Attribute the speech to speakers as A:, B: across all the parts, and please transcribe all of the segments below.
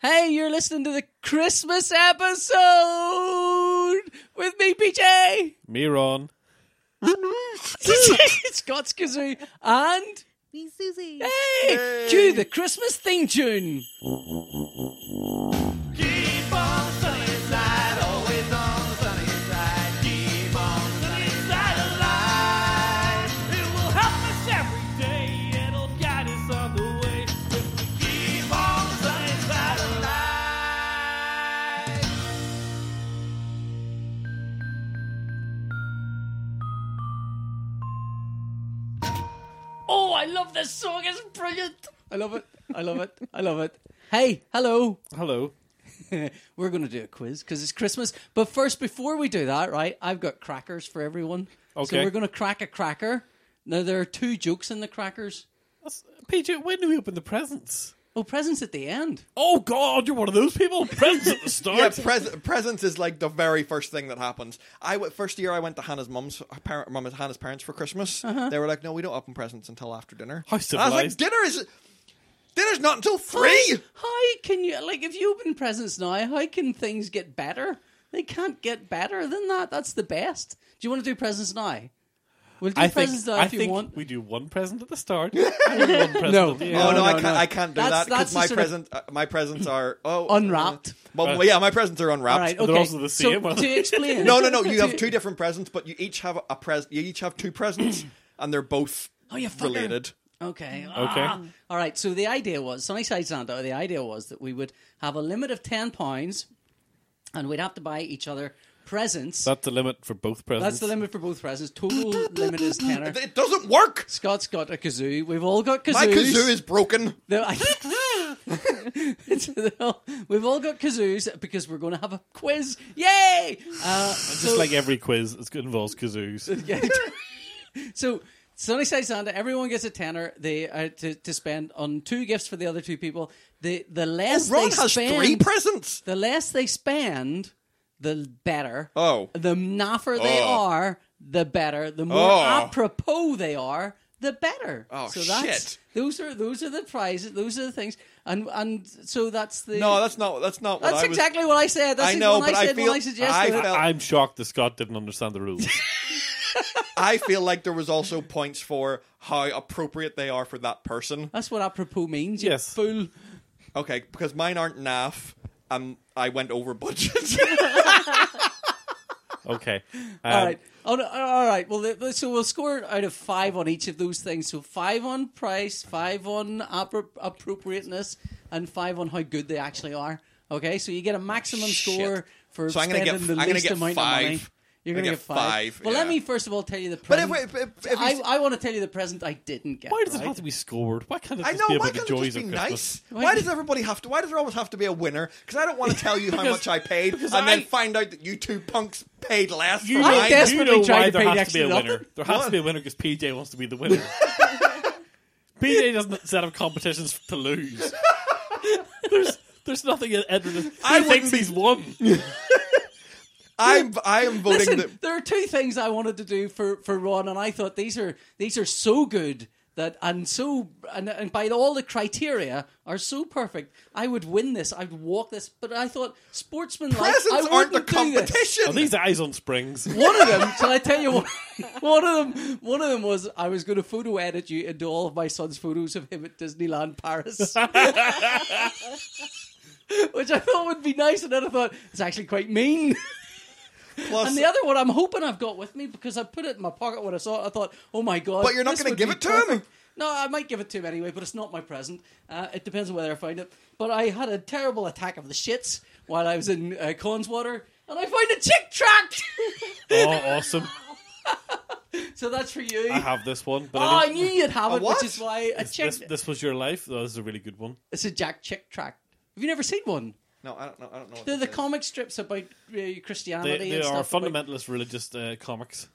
A: Hey, you're listening to the Christmas episode with me, PJ.
B: Me, Ron.
A: Scott's Kazoo and
C: Me, Susie.
A: hey, cue the Christmas theme tune. Oh, I love this song. It's brilliant. I love it. I love it. I love it. Hey, hello.
B: Hello.
A: We're going to do a quiz because it's Christmas. But first, before we do that, right, I've got crackers for everyone. So
B: Okay.
A: we're going to crack a cracker. Now, there are two jokes in the crackers.
B: PJ, when do we open the presents?
A: Oh, presents at the end.
B: Oh, God, you're one of those people. Presents at the start.
D: Yeah, pres- presents is like the very first thing that happens. I w- first year I went to Hannah's mum's parent, mum Hannah's parents for Christmas.
A: Uh-huh.
D: They were like, "No, we don't open presents until after dinner."
B: How
D: And I was like,
B: civilized.
D: "Dinner is dinner's not until three.
A: How can you like if you open presents now? How can things get better? They can't get better than that. That's the best. Do you want to do presents now? We'll do
B: I
A: presents
B: think,
A: now
B: I
A: if you
B: think
A: want.
B: we do one present at the start. and one present
A: No.
B: at the end.
D: oh no,
A: no,
D: I can't.
A: no.
D: I can't do
A: That's-
D: that
A: that's
D: because
A: the
D: my
A: sort of-
D: present uh, my presents are oh
A: Unwrapped.
D: Well, well, yeah, my presents are unwrapped.
A: All right.
B: But
A: Okay.
B: they're also the same,
A: So
B: aren't
A: to
B: they?
A: explain,
D: No, no, no. You have
A: to-
D: two different presents, but you each have a present. You each have two presents, and they're both
A: Oh, you fucker.
D: related.
A: Okay.
B: Okay.
A: Ah. All right. So the idea was Sunnyside Santa. The idea was that we would have a limit of ten pounds, and we'd have to buy each other presents.
B: That's the limit for both
A: That's
B: presents.
A: the limit for both presents. Total limit is tenner.
D: It doesn't work.
A: Scott's got a kazoo. We've all got kazoos.
D: My kazoo is broken.
A: No, I- It's- we've all got kazoos because we're going to have a quiz. Yay! Uh,
B: Just like every quiz, it's- it involves kazoos.
A: so, Sunnyside Santa, everyone gets a tenner they, uh, to, to spend on two gifts for the other two people. The, the less
D: Oh, Ron
A: they
D: has
A: spend,
D: three presents.
A: the less they spend, the better.
D: Oh.
A: The naffer they
D: Oh.
A: are, the better. The more
D: Oh.
A: apropos they are, the better.
D: Oh,
A: so that's,
D: shit.
A: Those are those are the prizes. Those are the things, and and so that's the
D: No, that's not. That's not. What
A: That's
D: I was-
A: exactly what I said. That's
D: I know,
A: what
D: but
A: I
D: I
A: said
D: feel-
A: when I suggested
D: I
A: it.
D: felt-
B: I'm shocked that Scott didn't understand the rules.
D: I feel like there was also points for how appropriate they are for that person.
A: That's what apropos means. You
B: Yes.
A: fool.
D: Okay, because mine aren't naff. Um, I went over budget.
B: Okay. Um,
A: All right. Oh, no, all right. Well, th- so we'll score out of five on each of those things. So five on price, five on appro- appropriateness, and five on how good they actually are. Okay, so you get a maximum
D: Shit.
A: score for
D: So I'm gonna
A: spending
D: get-
A: the
D: I'm gonna
A: least
D: get
A: amount
D: five.
A: of money. You're
D: I'm
A: gonna
D: gonna
A: get
D: get
A: five.
D: five,
A: Well, let
D: yeah.
A: me first of all tell you the
D: but
A: present.
D: if, if, if, if you-
A: I, I want to tell you the present I didn't get.
B: Why does
A: right?
B: it have to be scored? Why can't it
D: I
B: just
D: know.
B: be
D: Why
B: about the
D: can't it
B: joys
D: just be
B: of Christmas?
D: nice? Why does everybody have to? Why does there always have to be a winner? Because I don't want to tell you how much I paid, and
B: I-
D: then find out that you two punks paid less.
B: You
D: for
B: know,
A: I
D: mine.
A: desperately
B: you know
A: tried
B: why
A: to
B: there
A: pay
B: has
A: next
B: to be
A: to
B: a
A: nothing.
B: winner. There has to be a winner because PJ wants to be the winner. PJ doesn't set up competitions to lose. There's there's nothing in Edward. He
D: I
B: thinks
D: wouldn't be-
B: he's won.
D: I'm I am voting
A: Listen,
D: that.
A: there are two things I wanted to do for, for Ron, and I thought these are these are so good that and so and, and by all the criteria are so perfect. I would win this. I'd walk this, but I thought sportsman like I
D: Presents
A: wouldn't
D: aren't the
A: do this.
B: Are
D: competition.
B: these eyes on springs?
A: One of them, shall I tell you one? One of them, one of them was I was going to photo edit you into all of my son's photos of him at Disneyland Paris, which I thought would be nice, and then I thought it's actually quite mean.
D: Plus,
A: And the other one, I'm hoping I've got with me because I put it in my pocket when I saw it. I thought, oh my god!
D: But you're not
A: this
D: gonna
A: would
D: give
A: be
D: it to him?
A: perfect. No, I might give it to him anyway, but it's not my present. Uh, it depends on whether I find it. But I had a terrible attack of the shits while I was in uh, Conswater, and I found a chick tract.
B: Oh, awesome!
A: so that's for you.
B: I have this one, but
A: Oh,
B: I
A: I knew you'd have it,
D: what?
A: which is why a chick.
B: didn't. This, this was your life. Oh, this is a really good one.
A: It's a Jack Chick tract. Have you never seen one?
D: no, I don't know. I don't know. What
A: They're
D: this
A: the
D: is.
A: comic strips about uh, Christianity.
B: They, they
A: and
B: are
A: stuff about-
B: fundamentalist religious uh, comics.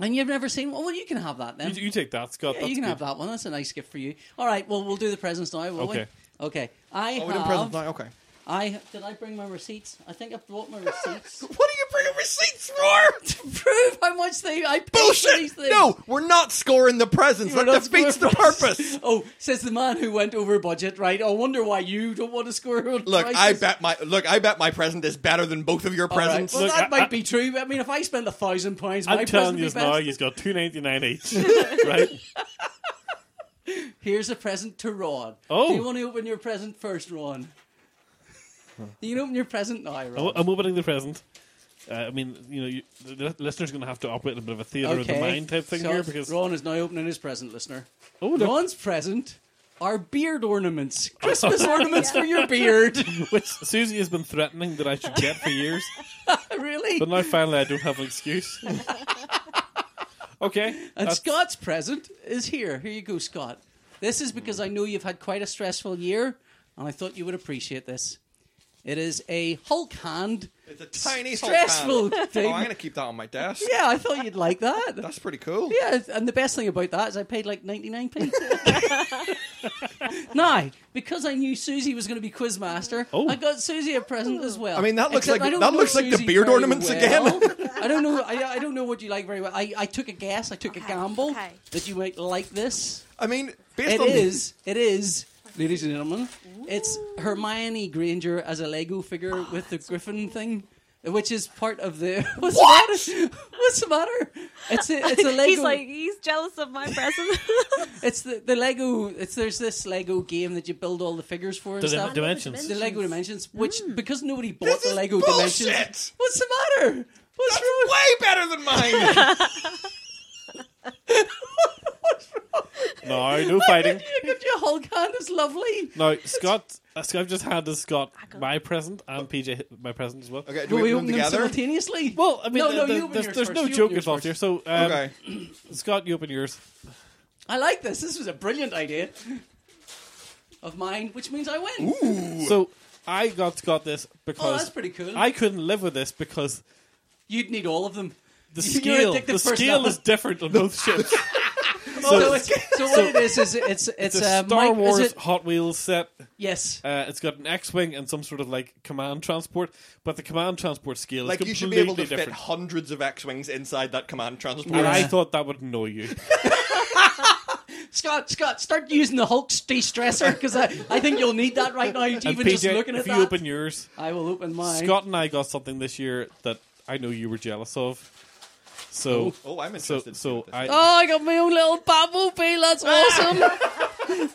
A: And you've never seen one. Well, you can have that then.
B: You, you take that, Scott.
A: Yeah,
B: That's
A: you can
B: good.
A: have that one. That's a nice gift for you. All right. Well, we'll do the presents now, will
B: Okay.
A: we? Okay. I
D: Oh,
A: have
D: we didn't present. now, Okay.
A: I did I bring my receipts? I think I brought my receipts
D: What are you bringing receipts for?
A: to prove how much they I paid for these
D: Bullshit!
A: things.
D: No, we're not scoring the presents.
A: We're
D: that
A: not
D: defeats the
A: scoring prices.
D: purpose.
A: Oh, says the man who went over budget, right? I wonder why you don't want to score. on
D: Look, I
A: prices.
D: bet my look. I bet my present is better than both of your
A: All right.
D: presents.
A: Well,
B: Look,
A: that
B: I-
A: might
B: I-
A: be true. I mean, if I spend a thousand pounds, my
B: I'm telling
A: present
B: you
A: would be
B: now,
A: best.
B: you've got two ninety nine each, right?
A: Here's a present to Ron.
B: Oh.
A: Do you want to open your present first, Ron? You can open your present now, Ron.
B: I'm I'm opening the present. Uh, I mean, you know, you, the, the listener's going to have to operate a bit of a theatre of the mind type thing
A: so
B: here because
A: Ron is now opening his present, listener.
B: Oh, look.
A: Ron's present are beard ornaments, Christmas
B: Oh.
A: ornaments for your beard.
B: which Susie has been threatening that I should get for years,
A: really?
B: but now finally I don't have an excuse. okay,
A: And
B: that's-
A: Scott's present is here. Here you go, Scott. This is because I know you've had quite a stressful year, and I thought you would appreciate this. It is a Hulk hand.
D: It's a tiny Hulk
A: Stressful
D: hand.
A: thing.
D: Oh, I'm gonna keep that on my desk.
A: Yeah, I thought you'd like that.
D: That's pretty cool.
A: Yeah, and the best thing about that is I paid like 99p. now, because I knew Susie was going to be quizmaster,
B: Oh.
A: I got Susie a present as well.
D: I mean, that looks
A: Except
D: like-
A: I don't
D: that
A: know
D: looks like the
A: Susie
D: beard
A: very
D: ornaments
A: well. I don't know. I, I don't know what you like very well. I, I took a guess. I took a
C: Okay,
A: gamble
C: okay.
A: that you might like this.
D: I mean, based
A: It
D: on the-
A: is. It is. Ladies and gentlemen, it's Hermione Granger as a Lego figure
C: Oh,
A: with the griffin thing, which is part of the. What's The matter? What's the matter? It's a, it's a Lego.
C: He's like, he's jealous of my present.
A: It's the, the Lego. It's there's this Lego game that you build all the figures for and
B: Does it
A: stuff.
B: have dimensions?
A: the Lego Dimensions, which because nobody bought
D: Hmm. This
A: the
D: is
A: Lego
D: bullshit!
A: Dimensions, what's the matter? What's wrong?
D: way better than mine.
B: No, no fighting.
A: You got your whole hand is lovely.
B: Now, Scott, uh, Scott- I've just handed Scott
C: got-
B: my present and PJ my present as well.
D: okay, do
A: Will
D: we,
A: we open
D: open them
A: them
D: together?
A: simultaneously?
B: Well, I mean,
A: No,
B: the-
A: no,
B: the-
A: you open
B: there's,
A: yours
B: there's
A: first.
B: no
A: You open
B: joke
A: yours
B: involved
A: first.
B: here. So, um,
D: Okay.
B: Scott, you open yours.
A: I like this. This was a brilliant idea of mine, which means I win.
B: So, I got Scott this
A: Oh,
B: because
A: that's pretty cool.
B: I couldn't live with this because
A: You'd need all of them.
B: the
A: You're
B: scale
A: addicted
B: the scale
A: personality.
B: is different on both ships.
A: So, it's, so what it is is it's it's,
B: It's a
A: uh,
B: Star
A: Mike- is
B: Wars
A: it-
B: Hot Wheels set.
A: yes.
B: Uh, it's got an X-wing and some sort of like command transport, but the command transport scale
D: Like
B: is
D: you should be able to
B: completely
D: fit
B: different.
D: hundreds of X-wings inside that command transport.
B: and I
A: Yeah.
B: thought that would annoy you.
A: Scott, Scott, start using the Hulk de-stressor because I, I think you'll need that right now.
B: and
A: Even
B: PJ,
A: just looking at
B: if you
A: that,
B: open yours,
A: I will open mine.
B: Scott and I got something this year that I know you were jealous of. So,
D: Oh, I'm
B: so,
D: interested.
B: so I,
A: Oh, I got my own little Batmobile. That's awesome.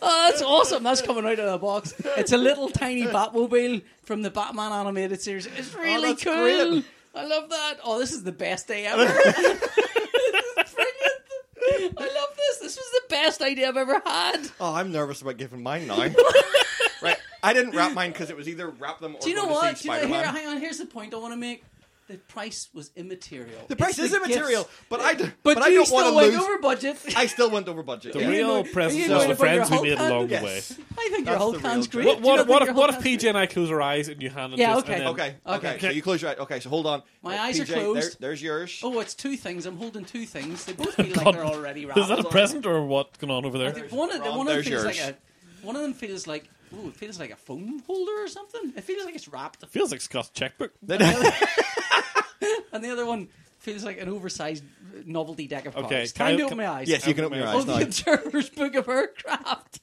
A: oh, that's awesome. That's coming out of the box. It's a little tiny Batmobile from the Batman animated series. It's really
D: Oh, that's
A: cool.
D: great.
A: I love that. Oh, this is the best day ever. this is brilliant. I love this. This was the best idea I've ever had.
D: oh, I'm nervous about giving mine now. right, I didn't wrap mine because it was either wrap them or
A: Do you
D: go
A: know
D: to
A: what?
D: see
A: Do you know,
D: Spider-Man.
A: here, hang on. Here's the point I want to make. The price was immaterial.
D: the price is immaterial, but I, d-
A: But,
D: but I
A: you
D: don't want
A: still
D: to
A: went
D: lose.
A: over budget.
D: I still went over budget.
B: the
D: yeah.
A: annoyed-
B: real
A: Oh! are you
B: presents
A: annoyed
B: were
A: about your
B: friends we
A: whole
B: made
A: hand?
B: along the
D: Yes.
B: way.
A: I think your
D: That's
A: whole
D: the
A: hand's
D: real
A: great.
B: What,
D: joke.
A: Do you not
B: what,
A: think
B: what
A: your
B: if,
A: whole
B: what if
A: hand's
B: PJ and I close our eyes and you hand it
A: Yeah,
B: to us
A: okay.
B: and then-
D: Okay, okay,
A: Okay.
D: So you close your eyes. Okay, so hold on.
A: My
D: Right,
A: eyes are
D: PJ, there-
A: closed.
D: there's yours.
A: Oh, it's two things. I'm holding two things. They both feel like they're already wrapped.
B: Is that a present or what going on over there?
A: One of, one
D: Ron,
A: of them
D: Oh, there's
A: feels
D: yours.
A: like a. One of them feels like. Ooh, it feels like a phone holder or something. It feels like it's wrapped.
B: Feels like Scott's checkbook.
A: And the other one feels like an oversized uh, novelty deck of cards.
B: Okay,
A: Can,
B: can
A: I
B: I-
A: do it with
B: can-
A: my eyes?
D: yes, you can open your
A: Oh,
D: eyes
A: the
D: now.
A: Observer's Book of Aircraft.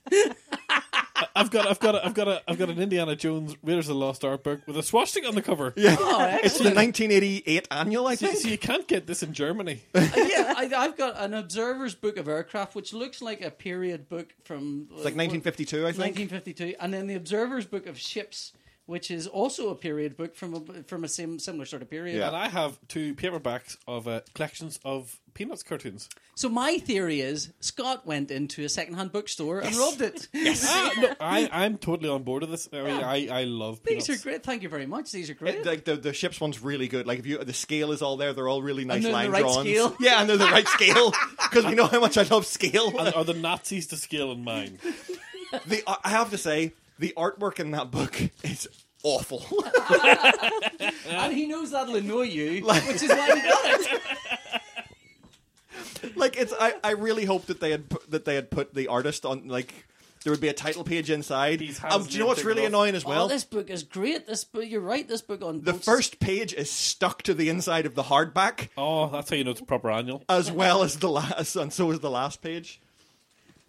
B: I've got, I've got, a, I've got, a, I've got an Indiana Jones Raiders of the Lost Ark book with a swastika on the cover. Yeah,
A: Oh,
D: It's the
A: excellent.
D: 1988 annual, I
B: so,
D: think.
B: so you can't get this in Germany.
A: yeah, I, I've got an Observer's Book of Aircraft, which looks like a period book from uh,
D: It's like 1952, I think.
A: 1952, and then the Observer's Book of Ships, which is also a period book from a, from a sim, similar sort of period.
D: Yeah.
B: And I have two paperbacks of uh, collections of Peanuts cartoons.
A: So my theory is Scott went into a secondhand bookstore and robbed it.
B: Ah, no, I, I'm totally on board with this. I mean, I, I love Peanuts.
A: These are great. Thank you very much. These are great.
D: It- like the, the ships one's really good. Like if you the scale is all there, they're all really nice
A: they're the
D: line
A: right
D: drawings.
A: scale.
D: Yeah, and they're the right scale because we know how much I love scale.
B: And are the Nazis to scale in mine?
D: the uh, I have to say the artwork in that book is awful.
A: and he knows that'll annoy you, which is why he got it.
D: like it's I, I really hope that they had put, that they had put the artist on like There would be a title page inside.
B: These
D: Um,
B: hands
D: do you know what's
B: need to
D: really
B: go.
D: annoying as
A: Well,
D: well?
A: Oh, this book is great. This book, you're right. This book on
D: the
A: both-
D: first page is stuck to the inside of the hardback,
B: Oh, that's how you know it's a proper annual.
D: as well as the last, and so is the last page.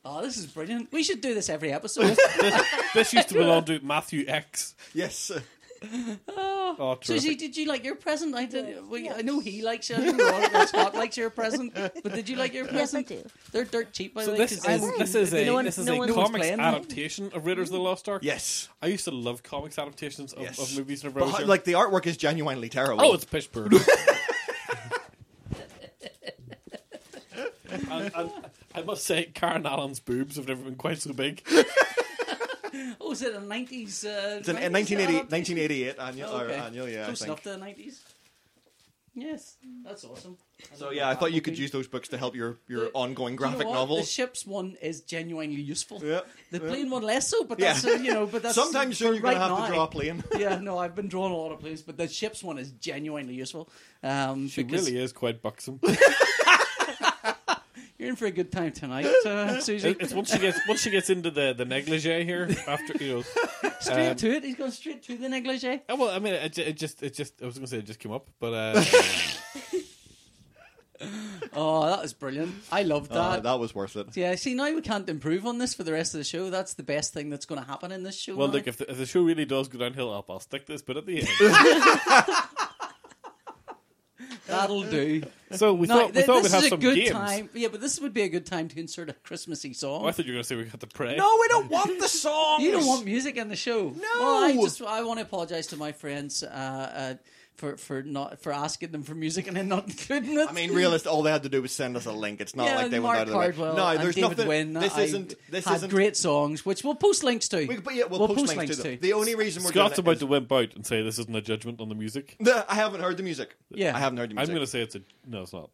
A: Oh, this is brilliant. We should do this every episode.
B: This, this used to belong to Matthew X.
D: Yes, uh,
B: Oh,
A: Susie,
B: terrific.
A: did you like your present? I did. Well,
C: Yes.
A: I know he likes it. I don't know if Scott likes your present, but did you like your
C: Yes, I
A: present?
C: do.
A: They're dirt cheap, by
B: So
A: the way.
B: this
A: 'cause
B: is this is a
A: no one-
B: this is
A: no
B: a
A: one- no one's
B: comics
A: playing them.
B: adaptation of Raiders of the Lost Ark.
D: yes,
B: I used to love comics adaptations of,
D: yes.
B: of movies and
D: But,
B: everything.
D: like the artwork is genuinely terrible.
B: oh, it's Pittsburgh. and, and I must say, Karen Allen's boobs have never been quite so big.
A: Oh, is it a nineties? Uh,
D: It's an, a 1980,
A: 1980.
D: 1988 annual,
A: Oh, okay.
D: or annual, yeah, uh, I
A: Close
D: think.
A: enough to the nineties. Yes, that's awesome.
D: So yeah, I thought you could
A: Okay.
D: use those books to help your, your
A: The-
D: ongoing
A: You know
D: graphic
A: what? The
D: novels.
A: ships one is genuinely useful.
D: Yeah,
A: The
D: yeah.
A: plane one less so, but
D: Yeah.
A: that's uh, you know, but that's
D: Sometimes you're
A: for right
D: going to have
A: now.
D: to draw a plane.
A: yeah, no, I've been drawing a lot of planes, but the ships one is genuinely useful. Um,
B: She
A: because
B: really is quite buxom.
A: you're in for a good time tonight, uh, Susie.
B: It- it's once she gets once she gets into the, the negligee here after you know.
A: straight
B: um,
A: to it. He's gone straight to the eh? negligee.
B: oh, Well, I mean, it, ju- it just it just I was going to say it just came up, but uh,
A: Oh, that was brilliant. I loved that.
D: Uh, that was worth it.
A: Yeah, see, now we can't improve on this for the rest of the show. That's the best thing that's going to happen in this show.
B: well,
A: now.
B: look if the, if the show really does go downhill, I'll, I'll stick this bit at the end.
A: That'll do.
B: so we
A: No,
B: thought we
A: th-
B: thought
A: this
B: we'd have
A: is a
B: some
A: good
B: games.
A: time. Yeah, but this would be a good time to insert a Christmassy song.
B: Oh, I thought you were going to say we had to pray.
D: No, we don't want the songs.
A: You don't want music in the show. No. Well, I just I want to apologise to my friends uh, uh, for for not for asking them for music and then not including it.
D: I mean, realist. All they had to do was send us a link. It's not
A: yeah,
D: like they
A: Mark
D: went out of their way.
A: Cardwell
D: No,
A: and
D: there's
A: David
D: nothing.
A: Wynn.
D: this
A: I
D: isn't. This
A: had
D: isn't.
A: great songs, which we'll post links to.
D: we- but yeah, we'll, post, links, to them. The only reason we're
B: Scott's
D: doing
B: about
D: it
B: to wimp out and say this isn't a judgment on the music.
D: is- No, I haven't heard the music.
A: Yeah.
D: I haven't heard the
B: I'm
D: music.
B: going to say it's a no. It's not.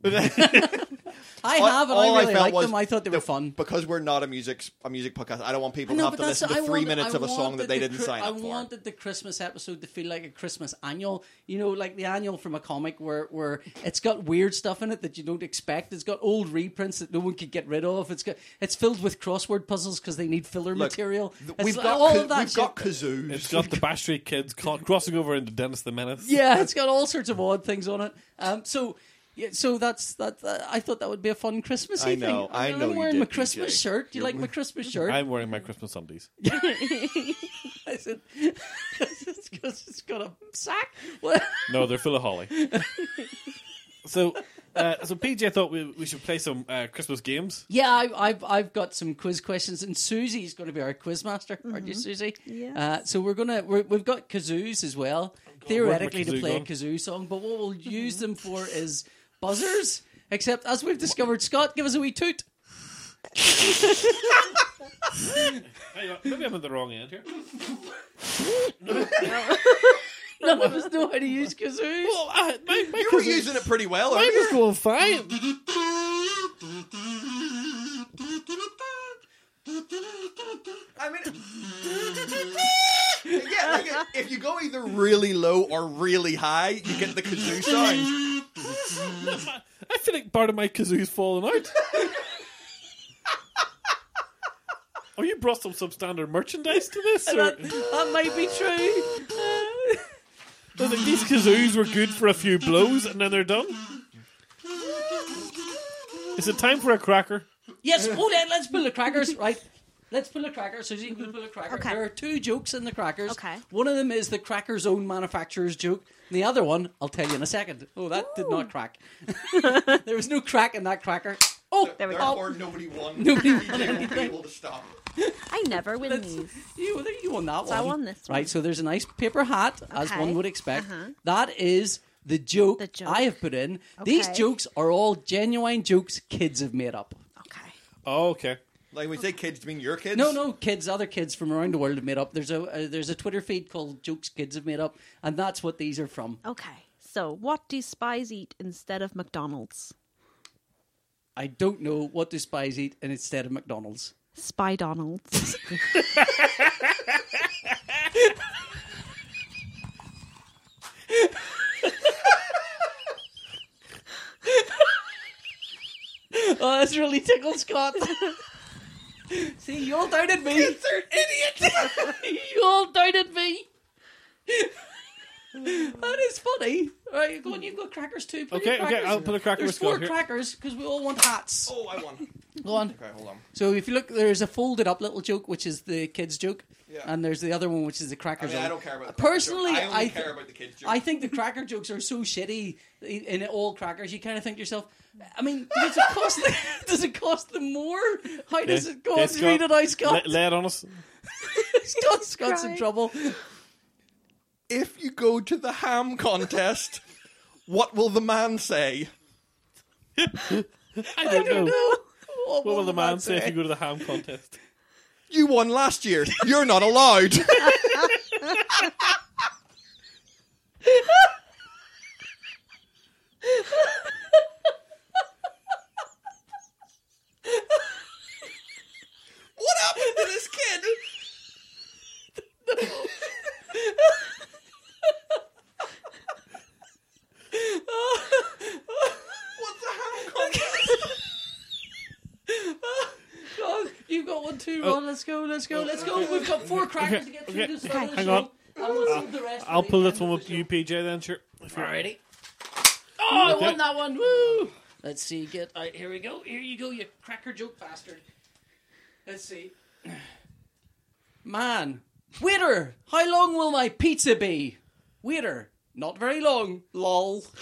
A: I
D: All-
A: have, and
D: all
A: I really
D: felt
A: liked
D: was
A: them. I thought they were
D: that
A: fun.
D: because we're not a music a music podcast. I don't want people
A: No,
D: to have
A: but
D: to
A: that's-
D: listen to
A: I
D: three
A: wanted-
D: minutes
A: I
D: of a song that
A: wanted
D: they
A: the
D: didn't
A: Chri-
D: sign
A: I
D: up for.
A: wanted the Christmas episode to feel like a Christmas annual. You know, like the annual from a comic where where it's got weird stuff in it that you don't expect. It's got old reprints that no one could get rid of. It's got it's filled with crossword puzzles because they need filler
D: Look,
A: material.
D: th-
A: It's
D: we've
A: like
D: got
A: all
D: ca-
A: of that
D: we've
A: shit.
D: got kazoos.
B: It's got the Bash Street Kids co- crossing over into Dennis the Menace.
A: yeah, it's got all sorts of odd things on it. Um, so. Yeah, so that's that. that- I thought that would be a fun Christmassy
D: I know,
A: thing.
D: I know
A: I'm
D: you
A: wearing
D: did,
A: my Christmas
D: DJ.
A: shirt. Do you like my Christmas shirt?
B: I'm wearing my Christmas sundaes.
A: I said, it's got, it's got a sack. What?
B: No, they're full of holly. so, uh, so PJ thought we, we should play some uh, Christmas games.
A: Yeah, I, I've I've got some quiz questions, and Susie's going to be our quiz master, aren't you, Susie?
C: Yes.
A: Uh, so we're gonna we're, we've got kazoos as well, theoretically
B: where's my
A: to play a
B: kazoo
A: kazoo song. But what we'll use them for is buzzers. Except as we've discovered, Scott, give us a wee toot.
B: Hang on, maybe I'm at the wrong end here.
A: None of us know how to use kazoos.
B: Well, I, my, my
D: You were using it pretty well.
B: I
D: earlier.
B: was going fine.
D: I mean, yeah. Like if you go either really low or really high, you get the kazoo sound.
B: I feel like part of my kazoo's fallen out. oh, you brought some substandard merchandise to this? Or?
A: That, that might be true. Uh,
B: I was like, these kazoos were good for a few blows and then they're done. Is it time for a cracker?
A: Yes, oh, let, let's pull the crackers, right? Let's pull a cracker. Susie, you can pull a cracker.
C: Okay.
A: There are two jokes in the crackers.
C: Okay.
A: One of them is the cracker's own manufacturer's joke. And the other one, I'll tell you in a second. Oh, that did not crack. there was no crack in that cracker. Oh,
C: There we go.
D: Therefore, nobody won.
A: Nobody
D: You won't be able to stop.
C: I never win
A: That's-
C: these.
A: You, you won that
C: So
A: one.
C: I won this one.
A: Right, so there's a nice paper hat, as
C: Okay.
A: one would expect.
C: Uh-huh.
A: That is the joke,
C: The joke.
A: I have put in. These
C: Okay.
A: jokes are all genuine jokes kids have made up.
C: Okay.
B: Oh, okay.
D: Like we say, kids do you mean your kids.
A: No, no, kids, other kids from around the world have made up. There's a uh, there's a Twitter feed called Jokes Kids Have Made Up, and that's what these are from.
C: Okay. So, what do spies eat instead of McDonald's?
A: I don't know what do spies eat and instead of McDonald's.
C: Spy Donald's.
A: Oh, that's really tickled Scott. See, you all doubted me. Kids are idiots. you all doubted me. that is funny. All right, go on. You've got crackers too. Put
B: Okay,
A: your
B: okay,
A: crackers.
B: I'll put a cracker
A: There's
B: with skull
A: four
B: here.
A: crackers because we all want hats.
D: Oh, I won.
A: Go on.
D: Okay, hold on.
A: So if you look, there's a folded up little joke, which is the kids joke,
D: Yeah.
A: and there's the other one, which is the
D: I
A: crackers.
D: mean, I
A: one.
D: don't care about the
A: Personally,
D: cracker joke. I only
A: I th-
D: care about the kids joke.
A: I think the cracker jokes are so shitty in all crackers. You kind of think to yourself, I mean, does it cost? The, does it cost them more? How does it go?
B: Yeah,
A: on, read it out, Scott.
B: Lay, lay it on us.
A: Scott Scott's in
C: Cry.
A: trouble.
D: if you go to the ham contest, what will the man say?
B: I don't, know.
A: What
B: What will the man say if you go to the ham contest?
D: You won last year. You're not allowed. what happened to this kid? What's a ham contest?
A: God, Oh, you've got one too, Ron. Let's go, let's go, let's go. We've got four crackers to get through
B: okay,
A: this okay.
B: hang on.
A: And we'll save the rest
B: I'll
A: for the
B: pull
A: end of
B: this one
A: the
B: with
A: show.
B: you, PJ. Then sure. If you're-
A: Alrighty. Oh,
B: Okay.
A: I won that one. Woo! Let's see. Get out. Uh, Here we go. Here you go, you cracker joke bastard. Let's see. Man, waiter, how long will my pizza be? Waiter, not very long. Lol.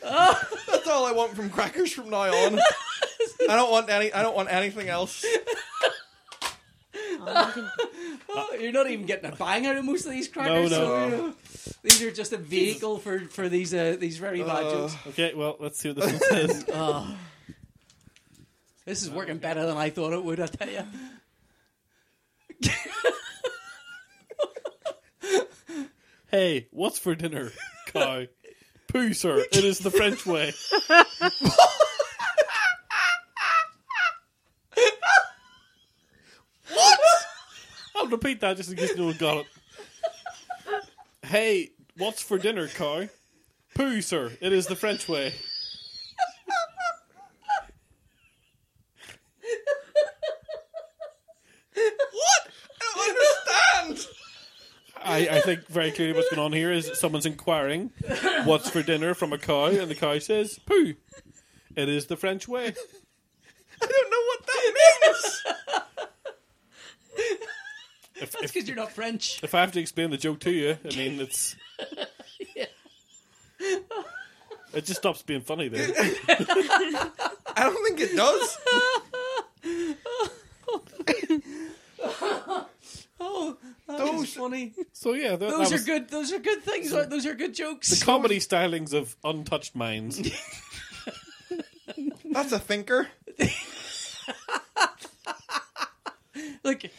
D: That's all I want from crackers from now on. I don't want any. I don't want anything else.
A: Oh, you're not even getting a bang out of most of these crackers.
B: Uh, no.
A: so, you know, these are just a vehicle for, for these uh, these very bad
D: Uh,
A: jokes.
B: Okay, well, let's see what this one says.
A: This is working better than I thought it would, I tell you.
B: hey, what's for dinner? Cow. Poo, sir. It is the French way.
D: What?
B: I'll repeat that just in case no one got it. Hey, what's for dinner, cow? Poo, sir. It is the French way.
D: What? I don't understand.
B: I, I think very clearly what's going on here is someone's inquiring what's for dinner from a cow, and the cow says, Poo. It is the French way.
D: I don't know what that means.
B: If,
A: That's
B: if,
A: because you're not French.
B: if I have to explain the joke to you, I mean, it's. It just stops being funny then.
D: I don't think it does.
A: Oh, that is
D: Those-
A: funny.
B: So yeah, that, that
A: Those are
B: was
A: good. Those are good things. right? Those are good jokes.
B: the comedy stylings of untouched minds.
D: That's a thinker.
A: like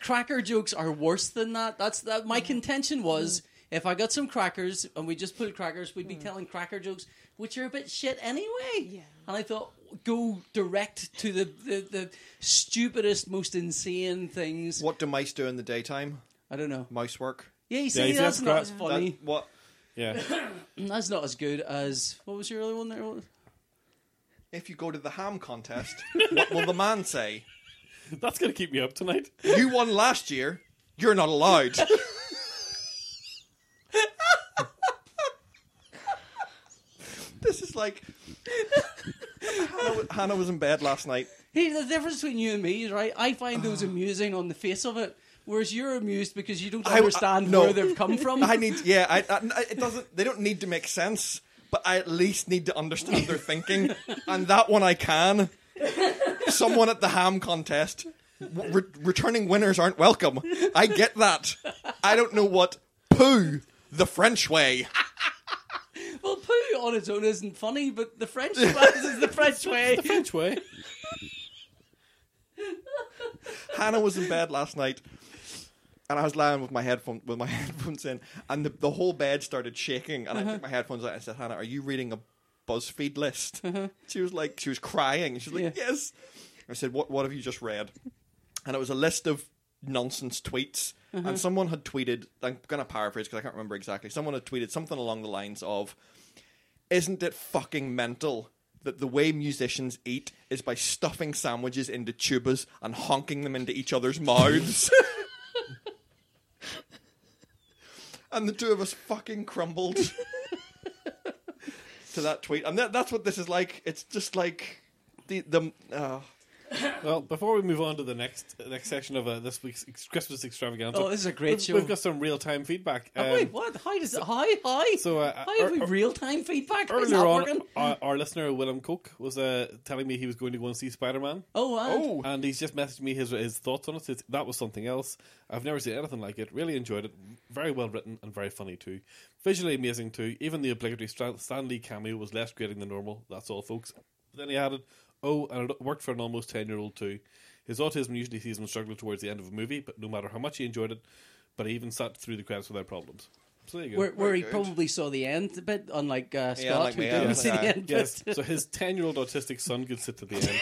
A: cracker jokes are worse than that. That's that. My contention was if I got some crackers and we just put crackers, we'd be telling cracker jokes, which are a bit shit anyway.
C: Yeah.
A: And I thought, go direct to the the, the stupidest, most insane things.
D: What do mice do in the daytime?
A: I don't know.
D: Mouse work.
A: Yeah, you see,
B: you see,
A: that's
B: that's
A: not
B: crap.
A: as funny.
D: That- what?
B: Yeah,
A: That's not as good as what was your other one there? What was-
D: If you go to the ham contest, what will the man say?
B: that's gonna keep me up tonight.
D: You won last year. You're not allowed. this is like Hannah, Hannah was in bed last night.
A: Hey, the difference between you and me is right. I find those amusing on the face of it, whereas you're amused because you don't
D: I- I-
A: understand
D: no.
A: where they've come from.
D: I need, yeah, I, I, it doesn't. They don't need to make sense, but I at least need to understand their thinking, and that one I can. Someone at the ham contest, w- re- returning winners aren't welcome. I get that. I don't know what poo the French way.
A: Well, poo on its own isn't funny, but the French ones is the French way.
B: The French way.
D: Hannah was in bed last night, and I was lying with my headphone with my headphones in, and the, the whole bed started shaking. And I took my headphones out and I said, "Hannah, are you reading a BuzzFeed list?" She was like, she was crying. She was like,
A: Yeah.
D: "Yes." I said, "What? What have you just read?" And it was a list of nonsense tweets. and someone had tweeted. I'm going to paraphrase because I can't remember exactly. Someone had tweeted something along the lines of, "Isn't it fucking mental?" That the way musicians eat is by stuffing sandwiches into tubas and honking them into each other's mouths. and the two of us fucking crumbled to that tweet. And that, that's what this is like. It's just like the the. Uh,
B: Well, before we move on to the next next section of uh, this week's ex- Christmas extravaganza,
A: Oh, this is a great
B: we've,
A: show.
B: We've got some real time feedback.
A: Oh,
B: Um,
A: wait, what? Hi, does hi, hi.
B: so, uh,
A: hi, have
B: er-
A: we
B: er-
A: real time feedback? How's
B: earlier
A: that
B: on,
A: working?
B: our, our listener Willem Cook was uh, telling me he was going to go and see Spider Man.
A: Oh, and,
D: oh,
B: And he's just messaged me his his thoughts on it. It's, that was something else. I've never seen anything like it. Really enjoyed it. Very well written and very funny too. Visually amazing too. Even the obligatory Stan- Stanley cameo was less grating than normal. That's all, folks. But then he added, "Oh, and it worked for an almost ten year old too." His autism usually sees him struggle towards the end of a movie, but no matter how much he enjoyed it, but he even sat through the credits without problems. So there you go.
A: where, where he
D: good.
A: probably saw the end bit, unlike uh, Scott,
D: like
A: who
D: me,
A: didn't
D: yeah.
A: see the
D: Yeah.
A: end
B: Yes.
A: bit.
B: So his ten-year-old autistic son could sit to the end,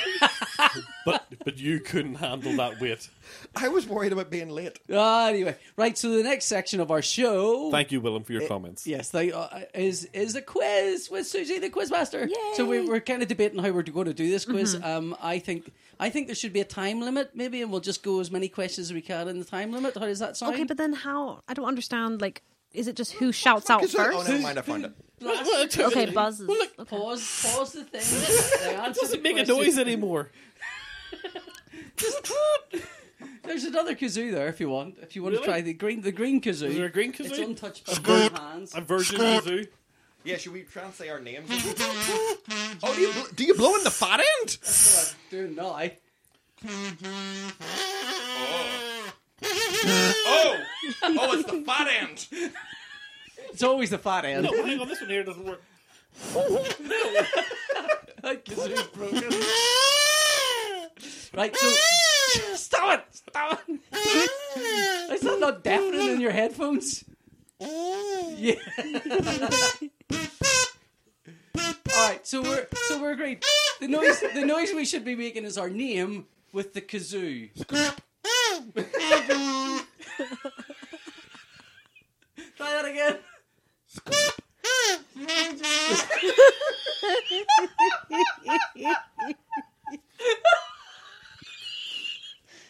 B: but but you couldn't handle that weight.
D: I was worried about being late.
A: Ah, anyway, right. So the next section of our show,
B: Thank you, Willem, for your comments.
A: yes, they, uh, is is a quiz with Susie the Quiz Master. So we, we're kind of debating how we're going to do this quiz. Um, I think I think there should be a time limit, maybe, and we'll just go as many questions as we can in the time limit. How does that sound?
C: Okay, but then how? I don't understand. Like, is it just who shouts out
D: Is it- Oh,
C: first?
D: never mind. I found it.
C: Okay, buzzes. Okay.
A: pause, pause the thing. They answer the
B: doesn't make a
A: question.
B: noise anymore.
A: There's another kazoo there if you want. If you want
B: Really?
A: to try the green, the green kazoo.
B: Is there a green
A: It's
B: kazoo?
A: untouched by both hands.
B: A virgin kazoo.
D: Yeah, should we try and say our names? oh, do you, bl- do you blow in the fat end?
A: Do not. I-
D: Oh, oh, it's the fat end.
A: It's always the fat end.
B: Oh, hang on, this one here doesn't work.
A: That kazoo's broken. right, so stop it! Stop it! Is that not deafening in your headphones? Yeah. All right, so we're so we're agreed. The noise the noise we should be making is our name with the kazoo. Try that again.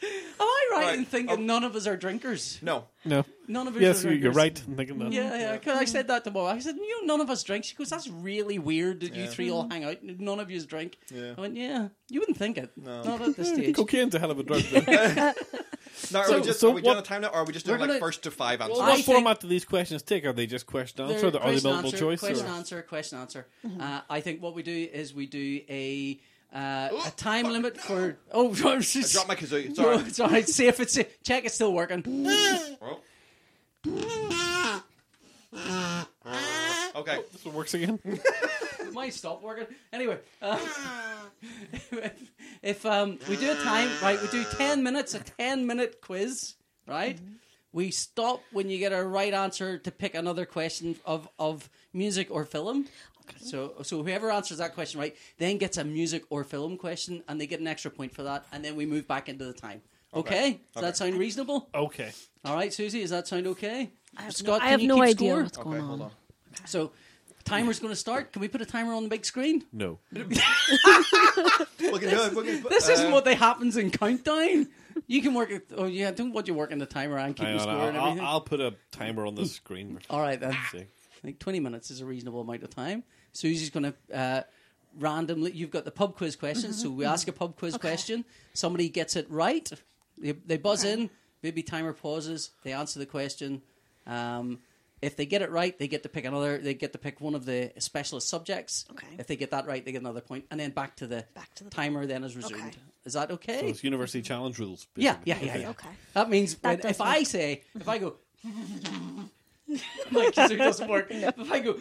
A: Am I right,
D: Right,
A: in thinking
D: um,
A: none of us are drinkers?
D: No,
B: No.
A: None of us.
B: Yes,
A: are
B: you-
A: drinkers.
B: you're right. I'm thinking that.
A: Yeah, yeah. Because I said that to Mom. I said, "You, none of us drink." She goes, "That's really weird that you three
B: Mm.
A: all hang out. and None of you drink."
D: Yeah.
A: I went, "Yeah, you wouldn't think it. Not at this stage."
B: Cocaine's a hell of a drug. Though.
D: no. Are
B: So-
D: we just
B: so
D: are we doing a
B: what-
D: time now, or are we just doing
A: We're
D: like
A: gonna-
D: first to five answers?
A: I
B: what
A: think-
B: format do these questions take? Are they just question answer? Are they, are they
A: Question
B: multiple
A: answer,
B: choice?
A: Question
B: or- Mm-hmm.
A: answer. Question answer. Uh, I think what we do is we do a uh, a time limit for. Oh, I
D: Oh, I dropped my kazoo.
A: No,
D: Sorry.
A: it's all right. See if it's check. It's still working.
D: Oh. Okay.
B: This one works again.
A: It might stop working. Anyway, uh, if, if, um, we do a time right, we do ten minutes, a ten minute quiz, right? We stop when you get a right answer to pick another question of, of music or film. So so whoever answers that question right then gets a music or film question, and they get an extra point for that, and then we move back into the time. Okay, does that sound reasonable?
B: okay.
A: All right, Susie, does that sound okay?
C: I have
A: Scott,
C: no,
A: can
C: I have
A: you
C: no
A: keep
C: idea
A: score?
C: what's going
D: Okay,
C: on.
D: hold on.
A: So, timer's going to start. Can we put a timer on the big screen?
B: No.
D: We can do it. We can put-
A: This
D: uh,
A: isn't what they happens in countdown. You can work. It, oh yeah, don't what you work in the timer and keep
B: Hang
A: the
B: on,
A: score
B: I'll,
A: and everything. Oh.
B: I'll, I'll put a timer on the screen.
A: All right then. I
B: See.
A: think twenty minutes is a reasonable amount of time. Susie's going to uh, randomly. You've got the pub quiz question, so we ask a pub quiz question. Somebody gets it right. They, they buzz in. Maybe timer pauses. They answer the question. Um, if they get it right, they get to pick another. They get to pick one of the specialist subjects.
C: Okay.
A: If they get that right, they get another point, and then back to the
C: Back to the-
A: timer. Then is resumed.
C: Okay.
A: Is that okay?
B: So it's university challenge rules.
A: Yeah,
B: basically.
A: yeah, yeah, yeah.
C: Okay.
A: That means when,
C: does
A: if I
C: make-
A: say, if I go, my kazoo doesn't work. If I go,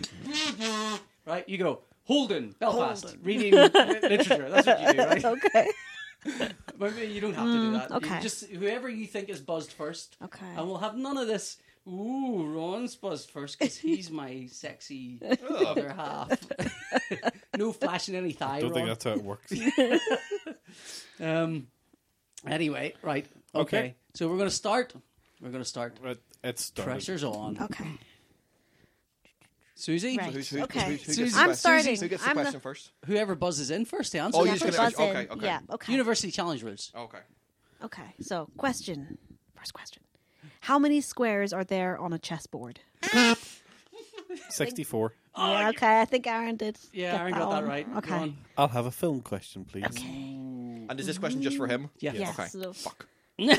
A: right, you go, Holden, Belfast,
C: Holden.
A: reading literature. That's what you do, right?
C: Okay.
A: Maybe you don't have to do that. You
C: Mm, okay.
A: just whoever you think is buzzed first.
C: Okay.
A: And we'll have none of this. Ooh, Ron's buzzed first because he's my sexy other half. no flashing any thigh.
B: Don't
A: Ron.
B: think that's how it works.
A: Um. Anyway, right. Okay.
B: Okay.
A: So we're going to start. We're going to start.
B: Right, it's started.
A: Pressure's on.
E: Okay.
A: Susie,
E: Right.
D: Who's, who, who-
E: Okay.
D: who, who gets the
A: I'm
D: question?
E: starting.
D: Who gets the
E: I'm
D: question
E: the-
D: first?
A: whoever buzzes in first to answer.
D: Oh,
A: the
D: you just
A: first
D: gonna-
A: question.
D: okay,
E: Buzzing.
D: okay.
E: Yeah. Okay.
A: University challenge rules.
D: Oh, Okay.
C: Okay, so question. First question. How many squares are there on a chessboard?
B: 64.
C: yeah, okay, I think Aaron did.
A: Oh, Yeah,
C: get
A: Aaron got that
C: one.
A: right. Go
C: Okay.
A: on.
B: I'll have a film question, please.
C: Okay.
D: And is this question just for him?
A: Yeah.
C: Yes.
D: Okay.
C: so-
D: Fuck.
C: Okay.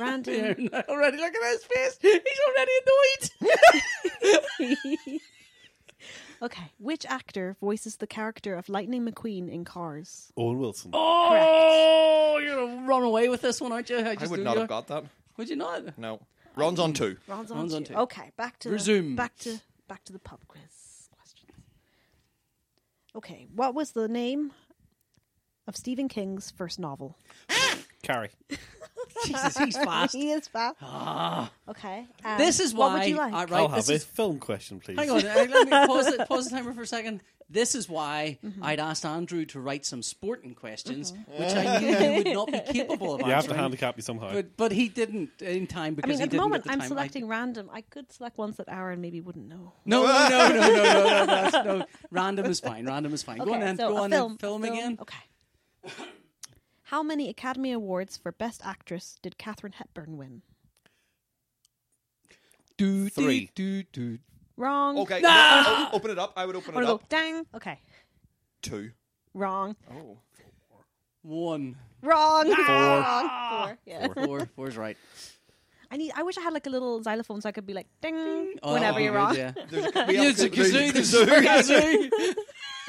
C: Randy,
A: already look at his face. He's already annoyed.
C: Okay. Which actor voices the character of Lightning McQueen in Cars?
B: Owen Wilson.
A: oh, you're gonna run away with this one, aren't you?
D: I would not have got that.
A: Would you not?
D: No. Ron's on two.
C: Ron's on,
A: Ron's
C: to
A: on
C: you.
A: to you.
C: Okay, back to
A: Resume.
C: back to back to the pub quiz questions. Okay, what was the name of Stephen King's first novel?
B: Carrie.
A: Jesus, he's fast. Ah.
C: He is fast. Okay. um,
A: This is why.
C: What would you like?
A: all right,
B: I'll have
A: this
B: a
A: is
B: film question, please.
A: Hang on, uh, let me pause the, pause the timer for a second. This is why
C: Mm-hmm.
A: I'd asked Andrew to write some sporting questions, which I knew he would not be capable of
B: You have to
A: answering.
B: handicap me somehow.
A: but but he didn't in time
C: I
A: because
C: mean,
A: he
C: at the
A: didn't
C: moment,
A: the
C: I'm
A: time. I-
C: selecting random. I could select ones that Aaron maybe wouldn't know.
A: no, no, no, no, no, no, no, that's, no. Random is fine. Random is fine. go on,
C: Okay,
A: then.
C: so
A: go
C: a
A: on,
C: film,
A: then. Film,
C: a
A: again.
C: Okay. How many Academy Awards for Best Actress did Katherine Hepburn win?
A: Do,
B: Three.
A: Do, do, do.
C: Wrong.
D: Okay. o- o- open it up. I would open
C: I'm
D: it
C: gonna
D: up.
C: go dang. Okay.
D: Two.
C: Wrong.
D: Oh.
A: One,
C: Wrong. Wrong. Four. Yeah.
A: four, four's right.
C: I need. I wish I had like a little xylophone so I could be like ding
A: Oh,
C: whenever
A: that'd
C: you're
A: be
C: wrong.
A: good, yeah.
D: There's a, we have
A: There's a kazoo. There's a
D: kazoo.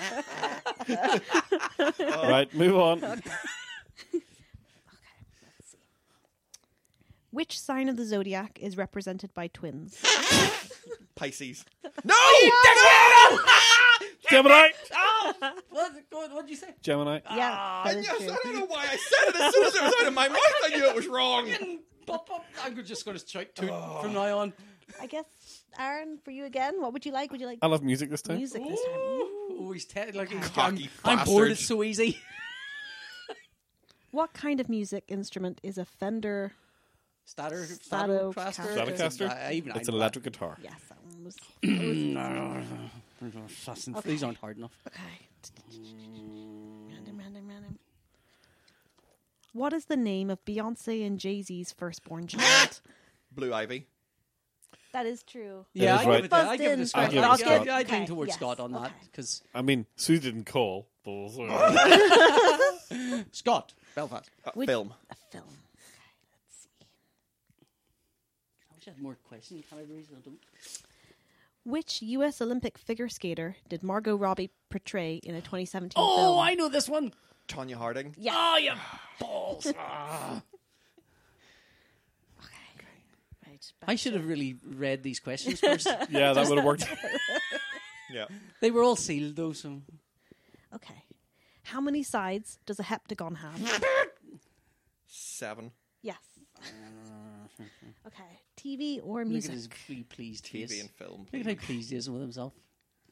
A: kazoo.
B: All right, move on.
C: Which sign of the zodiac is represented by twins?
D: Pisces.
B: Gemini!
A: What? go on, What did you say?
B: Gemini.
A: Ah,
C: yeah, that is
D: Yes,
C: true.
D: I don't know why I said it. As soon as it was out of my mouth, I knew it was wrong.
A: Pop, pop. I'm just going to strike two from now on.
C: I guess Aaron, for you again. What would you like? Would you like
B: I love music this time.
C: music this time?
A: Ooh, he's te- like he's
D: Cocky
A: I'm, I'm bored.
D: bastard.
A: It's so easy.
C: What kind of music instrument is a Fender?
A: Statter,
C: Stado-
A: Stratocaster.
C: Stratocaster.
A: It's a- I- even I
B: It's an
A: know
B: electric guitar.
C: Yes, that one was
A: that. These aren't hard enough.
C: okay. Random, random, random. What is the name of Beyonce and Jay Z's firstborn child?
D: Blue Ivy.
C: that is true.
A: Yeah, I
B: right.
A: give it. I
C: Buzzed
A: give it
C: in.
A: to Scott.
B: I'll give it
A: I,
B: to
A: I,
B: Scott.
A: I lean
C: Okay,
A: towards
C: yes,
A: Scott on that
C: okay.
A: because
B: I mean, Sue didn't call. but-
A: Scott Belfast.
D: Uh,
C: Would-
D: film.
C: A film.
A: I
C: Okay, let's see.
A: wish I had more question categories. I don't.
C: Which U.S. Olympic figure skater did Margot Robbie portray in a 2017
A: Oh,
C: film?
A: I know this one.
D: Tanya Harding.
C: Yeah.
A: Oh, you balls! Ah.
C: Okay. Right. back
A: I should have really read these questions first.
B: yeah, that would have worked.
D: Yeah.
A: they were all sealed though, so
C: to- Okay. How many sides does a heptagon have?
D: Seven.
C: yes. Okay. TV or
A: Uh, look at his
C: music?
A: really pleased
D: TV
A: face.
D: and film.
A: Look at how pleased he is with himself.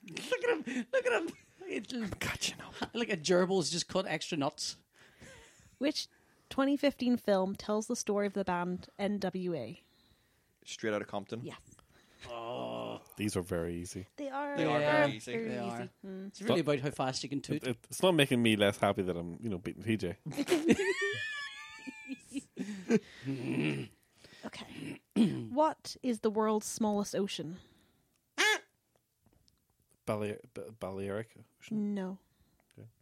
A: Look at him! Look at him! It'll-
D: Catching up.
A: Like a gerbil's just cut extra nuts.
C: Which 2015 film tells the story of the band NWA?
D: Straight out of Compton.
C: Yes.
B: These are very easy.
C: They are.
A: They are
C: they're
D: very easy.
C: very
A: They are.
C: easy.
A: It's really about how fast you can toot.
B: It- it- It's not making me less happy that I'm, you know, beating PJ.
C: Okay. what is the world's smallest ocean?
B: Balear- B- Balearic. Ocean.
C: No.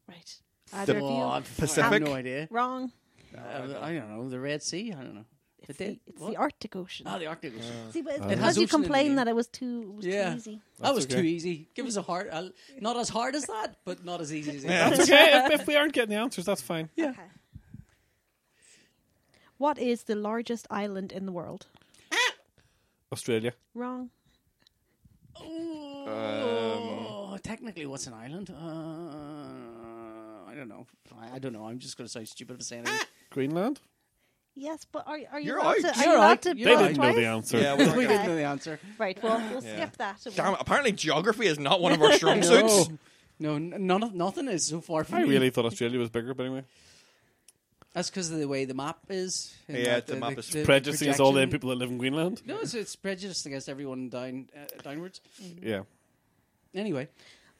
C: Right. Either of you?
A: Oh, I've- I have
D: Pacific?
A: no idea.
C: Wrong.
A: Uh, I don't know. The Red Sea? I don't know.
C: It's,
A: The
C: the,
A: dead-
C: it's
A: Eh, what?
C: the Arctic Ocean.
A: Ah, the Arctic Ocean.
C: See, but it's
A: It has
C: because
A: ocean in the
C: you
A: name.
C: complained that it was too, it was
A: Yeah.
C: too easy.
A: that was
B: okay.
A: too easy. Give us a hard, uh, not as hard as that, but not as easy as that.
B: That's okay. If, if we aren't getting the answers, that's fine.
A: Yeah.
C: Okay. What is the largest island in the world?
B: Australia.
C: Wrong. Um,
A: Oh, technically, what's an island? Uh, I don't know. I, I don't know. I'm just going to sound stupid if I say anything.
B: Greenland.
C: Yes, but are, are you
D: You're
C: allowed
D: out.
C: to? Are
A: You're
C: you allowed
A: out.
C: to
A: They
B: They
A: Right.
C: vote
B: didn't know the
C: twice?
B: answer.
D: Yeah. we
A: we
D: weren't gonna-
A: didn't know the answer.
C: Right. Well, we'll skip that.
D: Damn it. Apparently, geography is not one of our strong
A: No,
D: suits.
A: no, n- none of nothing is so far from
B: I
A: me.
B: really thought Australia was bigger, but anyway.
A: That's because of the way the map is. and
D: Yeah,
A: that
D: the map is
B: Prejudice against all the
A: projection-
B: people that live in Greenland.
A: No, it's, it's prejudiced against everyone down uh, downwards.
B: Yeah,
A: Anyway,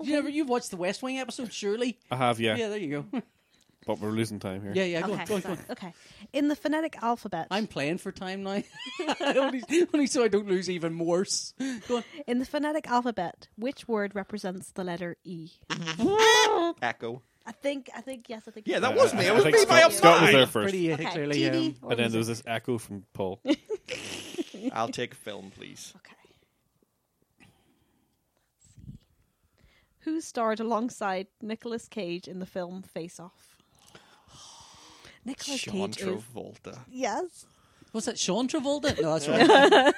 A: you never you've watched the West Wing episode, surely?
B: I have. Yeah,
A: Yeah, there you go.
B: but we're losing time here.
A: yeah, yeah, go
C: okay,
A: on, go on, go
C: sorry.
A: on.
C: okay. In the phonetic alphabet,
A: I'm playing for time now, only, only so I don't lose even worse. Go on.
C: in the phonetic alphabet, which word represents the letter E?
D: Echo.
C: I think. I think. Yes. I think. E.
D: Yeah, that
B: Uh,
D: was me.
B: I-
D: It
B: I
D: was
B: think
D: me by
B: Scott,
D: a
B: Scott was
D: mile.
B: there first,
A: Pretty uh,
C: Okay,
A: clearly.
C: TV
A: um,
C: or
B: and then
C: was
B: there was this
C: it-
B: echo from Paul. Uh,
D: I'll take film, please.
C: Okay. Let's see. Who starred alongside Nicolas Cage in the film Face Off? Nicolas
D: Sean
C: Cage is
D: Travolta.
C: yes.
A: was that Sean Travolta? No, that's right.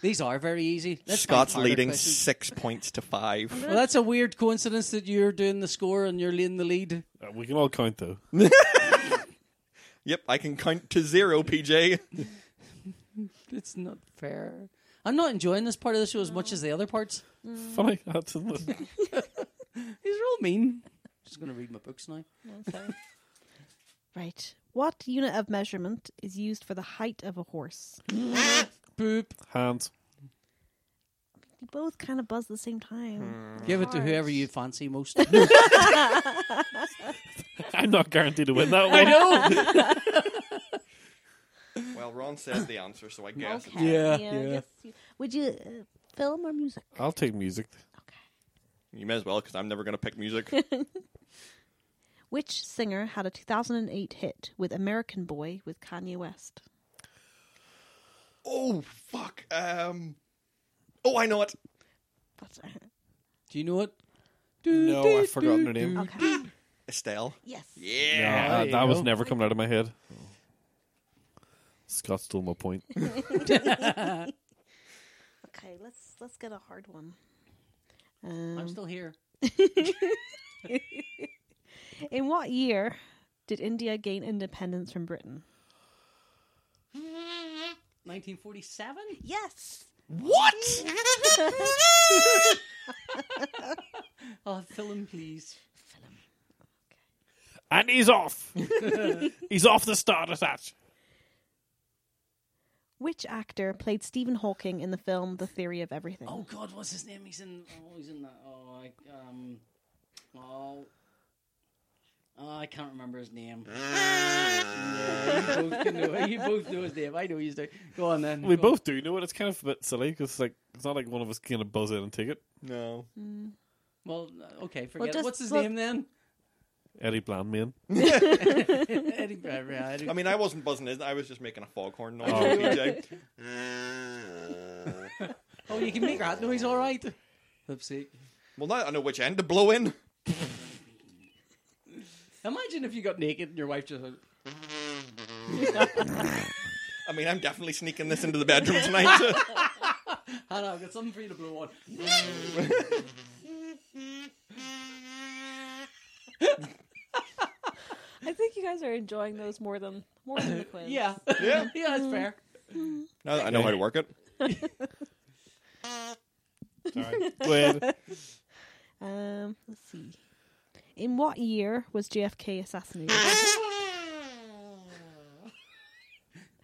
A: These are very easy. Let's find
D: Scott's
A: harder
D: leading
A: questions.
D: six points to five.
A: Well, that's a weird coincidence that you're doing the score and you're leading the lead.
B: Uh, we can all count though.
D: Yep, I can count to zero, PJ.
A: It's not fair. I'm not enjoying this part of the show as much as the other parts.
B: Funny, that's in the-
A: These are all mean. Just going to read my books now.
C: Right. What unit of measurement is used for the height of a horse?
A: Boop.
B: hands.
C: You both kind of buzz at the same time.
A: Give it to whoever you fancy most.
B: I'm not guaranteed to win that one.
A: know.
D: Well, Ron said the answer, so I guess.
C: Okay.
A: Yeah,
C: I
A: yeah.
C: guess you- would you uh, film or music?
B: I'll take music.
C: Okay.
D: You may as well, because I'm never going to pick music.
C: Which singer had a 2008 hit with American Boy with Kanye West?
D: oh, fuck. Um. Oh, I know it.
C: That's
A: Do you know it?
B: No, I've forgotten her name.
C: okay.
D: Estelle.
C: yes.
B: No,
D: Yeah.
B: that,
A: you
B: Ah, that was
A: go.
B: never coming out of my head. Scott stole my point.
C: Okay, let's let's get a hard one.
A: I'm
C: Um,
A: still here.
C: in what year did India gain independence from Britain?
A: 1947?
C: Yes.
D: What?
A: Oh, film, please.
B: And he's off. he's off the start of that.
C: Which actor played Stephen Hawking in the film The Theory of Everything?
A: Oh, God, what's his name? He's in. Oh, he's in that. Oh, I, um. Oh. Oh, I can't remember his name. yeah, you, both can know, you both know his name. I know he's there. Go on then.
B: We
A: Go on.
B: both do know it. It's kind of a bit silly because like it's not like one of us can buzz in and take it.
D: No.
A: Well, uh, okay, forget it.
C: just-
A: What's his
C: well-
A: name then?
B: Eddie Blandman.
A: Eddie Bradbury. I
D: I
A: don't-
D: mean, I wasn't buzzing in. I was just making a foghorn noise,
B: Oh.
D: PJ.
A: oh, you can make that noise, all right. Oopsie.
D: Well, now I know which end to blow in.
A: Imagine if you got naked and your wife just went,
D: I mean, I'm definitely sneaking this into the bedroom tonight.
A: Hannah, I've got something for you to blow on.
C: I think you guys are enjoying those more than more than the quiz.
A: Yeah.
D: Yeah.
A: yeah, that's fair.
D: now that I know how to work it.
B: Sorry. Go ahead.
C: Um, let's see. In what year was JFK assassinated?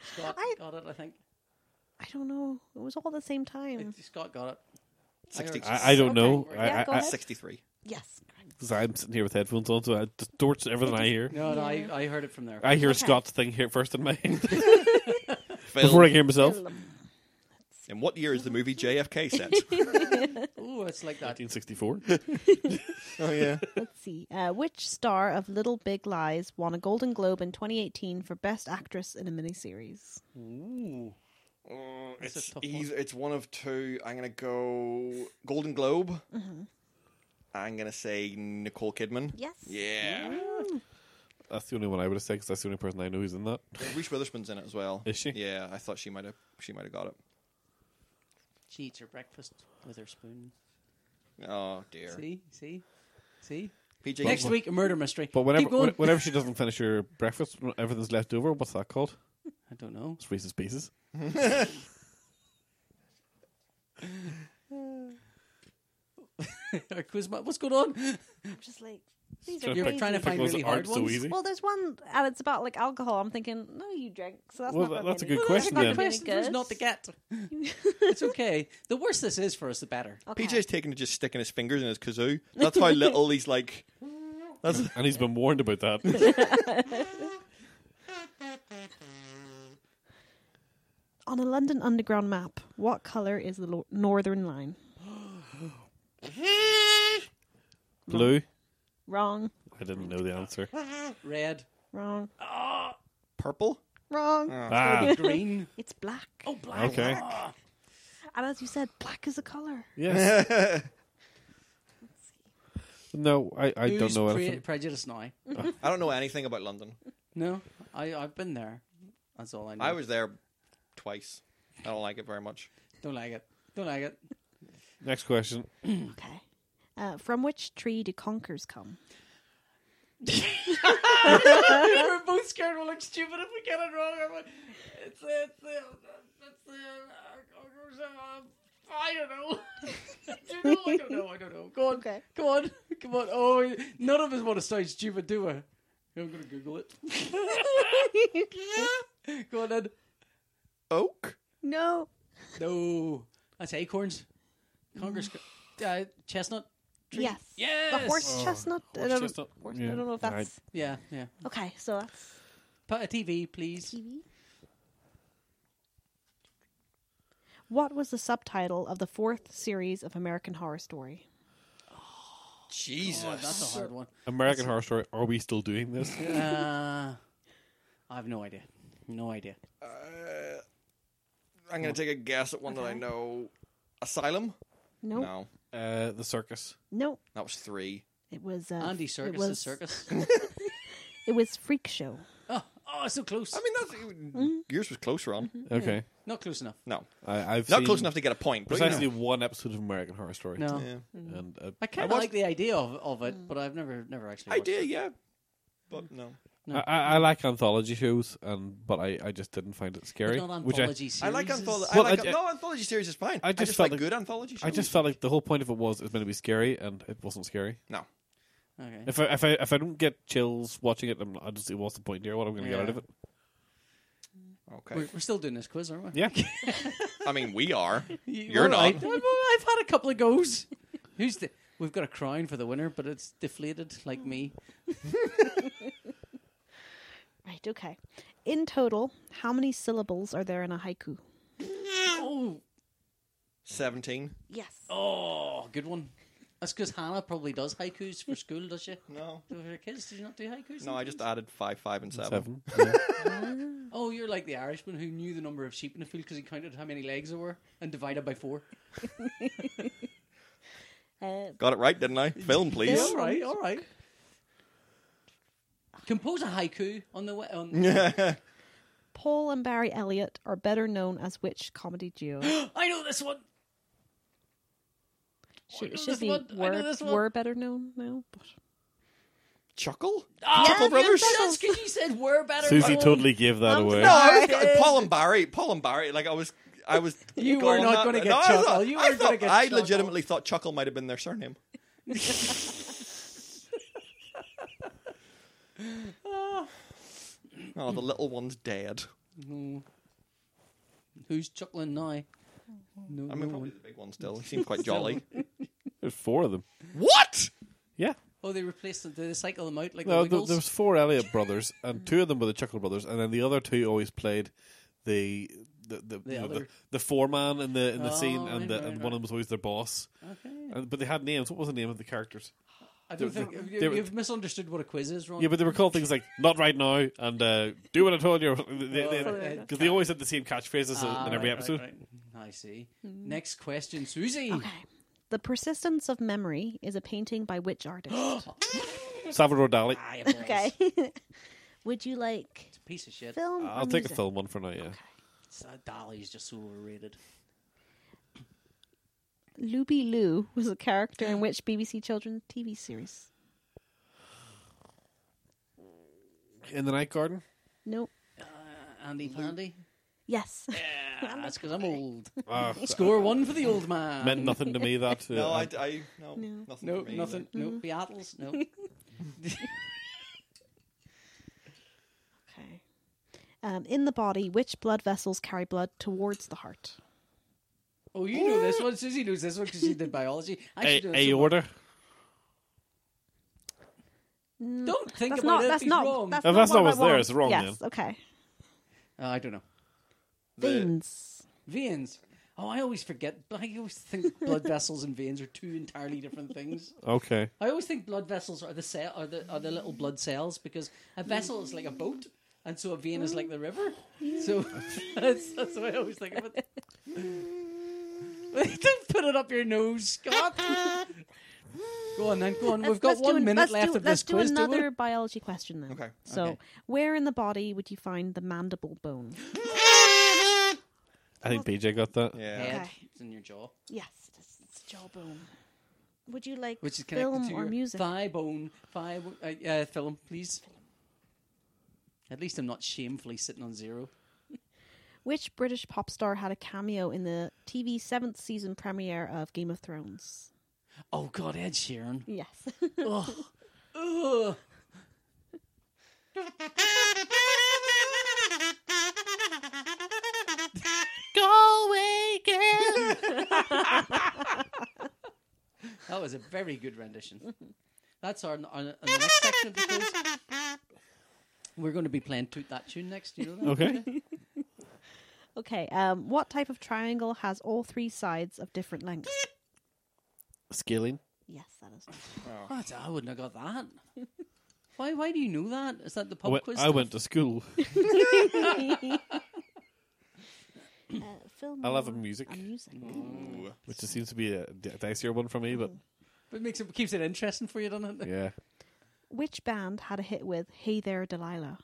A: Scott
C: I-
A: got it, I think.
C: I don't know. It was all the same time.
A: Scott got it.
D: 60,
B: I, I don't know.
A: Okay.
B: I,
C: Yeah,
B: I,
C: go
B: I,
C: ahead.
D: 63.
C: Yes. correct.
B: 'cause I'm sitting here with headphones on, so I distorts everything I hear.
A: No, no, I, I heard it from there.
B: I hear
C: Okay.
B: Scott's thing here first in my head
D: Phil,
B: before I hear myself.
D: in what year is the movie JFK set?
A: Ooh, it's like that.
B: 1964.
D: oh, yeah.
C: Let's see. Uh, which star of Little Big Lies won a Golden Globe in 2018 for Best Actress in a Miniseries?
A: Ooh. That's
D: Mm, it's,
A: a tough one.
D: either, it's one of two. I'm going to go Golden Globe. I'm going to say Nicole Kidman.
C: Yes.
D: Yeah.
B: That's the only one I would have said because that's the only person I know who's in that.
D: Reese Witherspoon's in it as well.
B: Is she?
D: Yeah, I thought she might have. She might have got it.
A: She eats her breakfast with her spoon.
D: Oh dear.
A: See? See? See?
D: PJ,
A: Next week, a murder mystery.
B: But whenever,
A: Keep going.
B: whe- whenever she doesn't finish her breakfast, when everything's left over. What's that called?
A: I don't know.
B: It's Reese's Pieces.
A: Our quiz ma- What's going on?
C: I'm just like these
B: Trying
C: are
B: to
A: You're
C: crazy.
B: pick-
A: trying to
B: pick
A: find
B: ones
A: really
B: that aren't
A: hard
B: so
A: ones.
B: easy.
C: Well, there's one, and it's about like alcohol. I'm thinking, no, you drink, so that's
B: Well,
C: not.
B: that-
C: gonna
B: that's a
C: be any-
B: good
C: that's
B: question
C: not
A: The question for us not to
B: then.
C: gonna be any good.
A: get. It's okay. The worse this is for us, the better.
C: Okay.
D: PJ's taken to just sticking his fingers in his kazoo. That's how little he's like. That's
B: And he's been warned about that.
C: on a London Underground map. What color is the lo- Northern Line?
B: Blue.
C: Wrong,
B: I didn't know the answer.
A: Ah, Red,
C: wrong,
D: purple.
C: wrong.
B: Ah,
A: green.
C: It's black.
A: Oh, black.
B: okay.
C: And as you said, black is a color.
B: Yes. No, I, I don't
A: Who's
B: know
A: pre-
B: anything.
A: prejudice now?
D: I don't know anything about London.
A: No, I I've been there. That's all I know.
D: I was there twice. I don't like it very much.
A: Don't like it. Don't like it.
B: Next question.
C: Okay. Uh, from which tree do conkers come?
A: we were both scared we'll look stupid if we get it wrong. I'm like, It's it's it's, it's uh, uh, I don't know. Do you know? I don't know. I don't know. Go on.
C: Okay.
A: Come on. Come on. Oh, none of us want to sound stupid, do we? I'm gonna Google it. Go on then.
D: Oak.
C: No.
A: No, that's acorns. Congress. Uh, chestnut.
C: Yes.
A: Yes.
C: The horse chestnut. I
B: Oh. Horse chestnut.
C: don't- horse-
B: Yeah.
C: I don't know if that's
A: Yeah, yeah.
C: okay. So that's
A: Put a TV, please.
C: TV. What was the subtitle of the fourth series of American Horror Story?
D: Jesus.
A: Oh, that's a hard one.
B: American Horror Story. Are we still doing this?
A: Uh, I have no idea. No idea.
D: I'm gonna take a guess at one that I know. Asylum.
C: Nope.
D: No,
B: Uh, the circus.
C: Nope.
D: that was three.
C: It was uh,
A: Andy
C: f-
A: Circus
C: It was,
A: is circus.
C: It was Freak Show.
A: oh, oh, so close.
D: I mean, that's yours was closer on.
A: Hmm.
B: Okay.
A: Not close enough.
D: No,
B: I, I've
D: not
B: seen
D: close enough to get a point. But you
B: Precisely
D: know.
B: one episode of American Horror Story.
A: No.
D: Yeah.
B: And uh,
A: I kind
D: I
A: of
D: watched- Mm.
A: like the idea of, of it, but I've never never actually.
D: I
A: watched
D: did,
A: It.
D: yeah. But no,
B: I, I, I like anthology shows, and but I, I just didn't find it scary.
A: Not
B: which I,
A: anthology
D: I like
A: series.
D: anthology.
B: Well,
D: I like
B: I-
D: no anthology series is fine.
B: I
D: I
B: just
D: just,
B: felt
D: like,
B: like-
D: good anthology. Shows.
B: I just felt like the whole point of it was it's meant to be scary, and it wasn't scary.
D: no.
A: Okay.
B: If I if I if I don't get chills watching it, I'm not, I just say, what's the point here? What am I going to get
A: Yeah.
B: out of it?
D: Okay.
A: We're, we're still doing this quiz, aren't we?
B: Yeah.
D: I mean, we are.
A: You-
D: You're
A: all
D: not.
A: I've, I've had a couple of goes. Who's the? We've got a crown for the winner, but it's deflated like me.
C: Right. Okay. In total, how many syllables are there in a haiku?
A: Oh,
D: Seventeen.
C: Yes.
A: oh, good one. That's because Hannah probably does haikus for school, does she?
D: No.
A: For her kids, do you not do haikus?
D: No, I just added five, five, and seven.
B: Seven. Yeah.
A: Oh, you're like the Irishman who knew the number of sheep in a field because he counted how many legs there were and divided by four.
C: Uh,
D: Got it right, didn't I? Film, please.
A: all right, all right. Compose a haiku on the way. On,
C: Paul and Barry Elliott are better known as which comedy duo?
A: I know this one.
C: Should,
A: know
C: should
A: this
C: be
A: one. I know
C: were,
A: this one.
C: were better known now. But
D: Chuckle.
A: Ah,
D: Chuckle Brothers.
A: That's because you said we're better.
B: Susie
A: known.
B: totally gave that
C: Um,
B: away.
D: No, I was, Paul and Barry. Paul and Barry. Like I was, I was.
A: You
D: going
A: were not
D: that-
A: gonna get
D: no, I
A: Chuckle.
D: thought-
A: You
D: I
A: were gonna
D: thought-
A: get
D: I
A: Chuckle.
D: legitimately thought Chuckle might have been their surname. oh, the little one's dead.
A: Who's chuckling now? No,
D: I mean,
A: no
D: probably
A: one.
D: the big one still. He seemed quite jolly.
B: There's four of them.
D: what?
B: Yeah.
A: Oh, they replaced them. Did they cycle them out like
B: No,
A: the
B: th-
A: Wiggles?
B: there was four Elliott brothers, and two of them were the Chuckle brothers, and then the other two always played the the the, you know, the,
A: other-
B: the foreman in the in the
A: Oh,
B: scene,
A: right,
B: and the,
A: right,
B: and
A: right.
B: one of them was always their boss.
A: Okay.
B: And, but they had names. What was the name of the characters?
A: I don't
B: there-
A: think
B: there-
A: you-
B: there-
A: you've misunderstood what a quiz is, Ron.
B: Yeah, but they were called things like "Not right now" and uh, "Do what I told you," because they, they,
A: Oh, right.
B: 'cause they always had the same catchphrases
A: Ah,
B: in every
A: right, right,
B: episode.
A: right. I see. Next question, Susie.
C: okay. The Persistence of Memory is a painting by which artist?
B: Salvador Dali.
A: Eyeballs.
C: okay. Would you like
A: Piece of shit.
C: film? or
B: I'll take a
C: music?
B: film one for now. Yeah,
A: It's, uh, Dolly's just so overrated.
C: Luby Lou was a character in which BBC children's TV series?
B: in the night garden.
C: Nope.
A: Andy Pandy.
C: Yes.
A: That's because I'm old.
B: Ah,
A: Score one for the old man.
B: meant nothing to me. That uh,
D: No,
B: I-
D: I, I no,
C: No.
D: nothing.
A: No,
D: for me,
A: nothing.
C: Mm-hmm.
A: No Beatles. No.
C: Okay. Um, in the body, which blood vessels carry blood towards the heart?
A: Oh, you know this one. Susie knows this one because she did biology. I should know
B: a-
A: this one.
B: aorta.
A: Don't think
C: That's
A: about
C: not.
A: it.
C: That's
A: He's
C: not.
A: wrong.
B: If
C: That's not
B: that's
C: what
B: not
C: I
B: what's there,
C: want.
B: it's wrong
C: Yes. Okay.
A: Uh, I don't know.
D: The-
C: Veins.
A: Veins. Oh, I always forget. I always think blood vessels and veins are two entirely different things.
B: Okay.
A: I always think blood vessels are the cell, are the are the little blood cells because a vessel is like a boat, and so a vein is like the river. So that's, that's what I always think of it. Don't put it up your nose, Scott. go on then, go on. We've got
C: Let's- let's do
A: one
C: an-
A: minute
C: let's
A: left
C: do,
A: of this
C: let's do
A: quiz. don't we?
C: another biology question then.
D: Okay.
C: So,
A: Okay.
C: where in the body would you find the mandible bone?
B: I think BJ got that.
D: Yeah.
A: Head.
C: Okay.
A: It's in your jaw,
C: Yes, it is. It's jawbone. Would you like
A: which is connected
C: film
A: to
C: or
A: your
C: music?
A: thigh bone. Thigh bo- uh, uh, film, please. At least I'm not shamefully sitting on zero.
C: Which British pop star had a cameo in the TV seventh season premiere of Game of Thrones?
A: Oh God, Ed Sheeran.
C: Yes.
A: Ugh. Ugh.
B: Go away, girl.
A: That was a very good rendition. That's our, our, the next section of the quiz. We're going to be playing Toot That Tune next. You know that?
B: Okay.
C: okay. Um, what type of triangle has all three sides of different lengths?
B: Scaling.
C: Yes, that is.
A: What? I wouldn't have got that. Why? Why do you know that? Is that the
B: I
A: pub
B: went,
A: quiz?
B: I went to school.
C: Uh, film.
B: I'll have a
C: or-
B: music.
C: a music.
D: Ooh.
B: Which just seems to be a d- dicier one for me, but
A: It makes it keeps it interesting for you, doesn't it?
B: yeah.
C: Which band had a hit with "Hey There, Delilah"?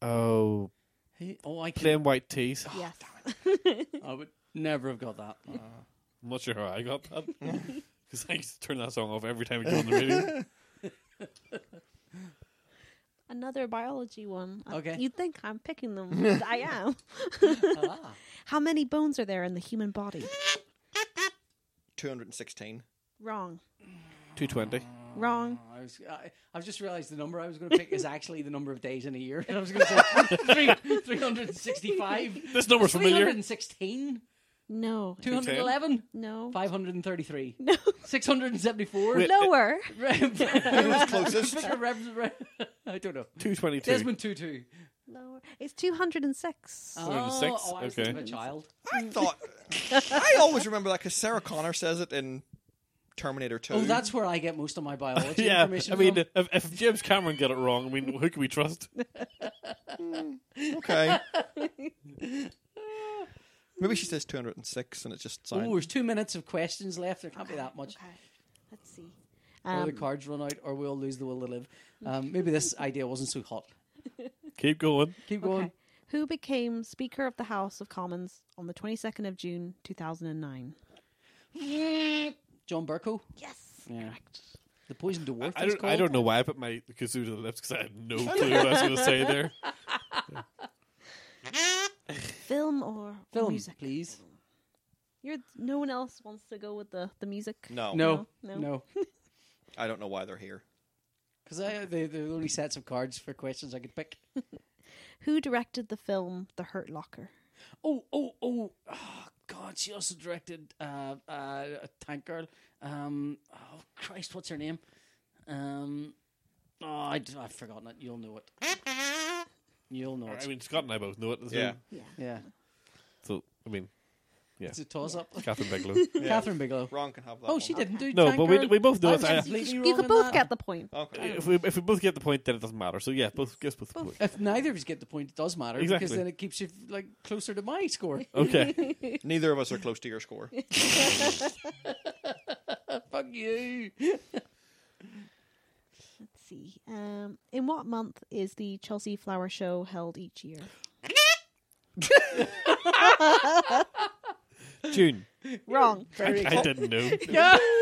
B: Oh,
A: Hey, oh, I can,
B: plain white tees.
A: Oh,
C: yes.
A: I would never have got that.
B: I'm not sure how I got that. Because I used to turn that song off every time I go on the radio.
C: Another biology one. I-
A: Okay.
C: You'd think I'm picking them. but I am.
A: ah,
C: How many bones are there in the human body?
D: Two hundred and sixteen.
C: Wrong.
B: 220.
C: Wrong.
A: I was. I, I've just realised the number I was going to pick is actually the number of days in a year, and I was going to say three, three hundred and sixty-five.
B: This number's
A: Three hundred
B: familiar.
A: and sixteen.
C: No.
A: Two hundred eleven.
C: No.
A: 533.
C: No.
A: 674.
B: Wait.
C: Lower.
A: Pick
D: Who's closest?
A: a rep- rep- I don't know.
B: 222.
A: Desmond Tutu.
C: Lower. It's 206.
A: Oh,
B: 106,
A: oh, I was
B: okay.
A: thinking of a child.
D: I thought. I always remember that because Sarah Connor says it in Terminator Two.
A: Oh, that's where I get most of my biology
B: yeah,
A: information
B: I mean,
A: from.
B: if, if James Cameron got it wrong, I mean, who can we trust?
D: okay. Maybe she says two hundred and six, and it's just
B: uh,
A: Oh,
D: signed.
A: there's two minutes of questions left. There can't be that much.
C: Okay. Let's see.
A: or the
C: Um,
A: cards run out, or we'll lose the will to live. Um, maybe this idea wasn't so hot.
B: Keep going.
A: Keep going.
C: okay. Who became Speaker of the House of Commons on the 22nd of June 2009?
A: John Burko,
C: Yes.
A: Yeah.
C: Correct.
A: the poison dwarf.
B: I
A: he's
B: don't, I
A: called.
B: don't know why I put my kazoo to the lips because I had no clue what I was going to say there.
C: Film or, or
A: Film,
C: music?
A: please.
C: You're, no one else wants to go with the, the music?
D: No,
A: No,
C: No,
A: no.
C: no.
D: I don't know why they're here.
A: Because they're the only sets of cards for questions I could pick.
C: Who directed the film The Hurt Locker?
A: Oh, oh, oh, oh God, she also directed uh, uh, Tank Girl. Um, oh, Christ, what's her name? Um, oh, I, have forgotten it. You'll know it. You'll know
B: I
A: it.
B: mean, Scott and I both know it. So,
D: Yeah.
C: Yeah.
A: Yeah.
B: So, I mean,
A: It's a toss up.
B: Catherine Bigelow.
A: Catherine Bigelow.
D: Ron can have that.
A: Oh,
D: one.
A: she didn't do
B: No,
A: Tank
B: but we,
A: Girl.
B: we both know
A: I
B: it.
A: was
B: I-
A: completely
C: You
A: wrong
C: could
A: in
C: both
A: that.
C: get the point.
D: Okay.
B: if we if we both get the point, then it doesn't matter. So yeah, both guess both, the point.
A: If neither of us get the point, it does matter because
B: Exactly.
A: then it keeps you like closer to my score.
B: Okay,
D: Neither of us are close to your score.
A: Fuck you.
C: Let's see. Um, in what month is the Chelsea Flower Show held each year?
B: June.
C: Wrong.
A: Very
B: I didn't know.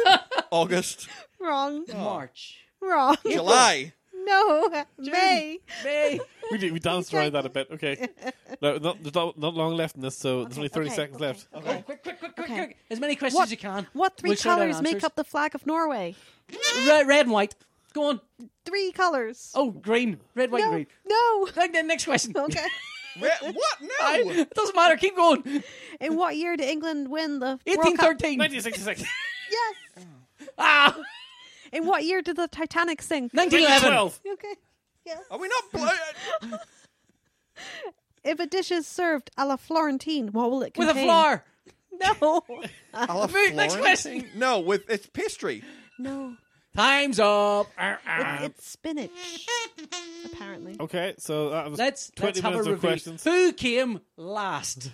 D: Oh. August,
C: Wrong.
A: March.
C: Wrong.
D: July,
C: No, May.
A: May.
B: We, did, we danced around that a bit. Okay. No, not, there's not, not long left in this, so there's
C: Okay,
B: only 30
C: okay,
B: seconds
C: okay.
B: left.
A: Okay, quick, quick, quick, quick,
C: Okay.
A: quick. As many questions
C: What-
A: as you can.
C: What 3
A: We'll shout out
C: colors make
A: answers.
C: up the flag of Norway?
A: Red, red and white. Go on.
C: Three colors.
A: Oh, green. Red, white,
C: no,
A: green.
C: no.
A: Like the next question.
C: Okay.
D: Re- what? No.
A: I- it doesn't matter. Keep going.
C: In what year did England win the World Cup?
A: 1813.
B: 1966.
C: Yes.
A: Ah,
C: In what year did the Titanic sink?
A: 1911.
B: 1912.
C: Okay. Yes.
D: Are we not? uh, Blo-
C: If a dish is served a la Florentine, what will it
A: With
C: contain?
A: a flower.
C: No.
D: I love
A: Move, next
D: Florentine.
A: question.
D: No, with it's pastry.
C: no.
A: Time's up. Arr, arr.
C: It's, it's spinach. Apparently.
B: Okay, so that was
A: Let's
B: 20
A: let's have a
B: minutes
A: review.
B: of questions.
A: Who came last?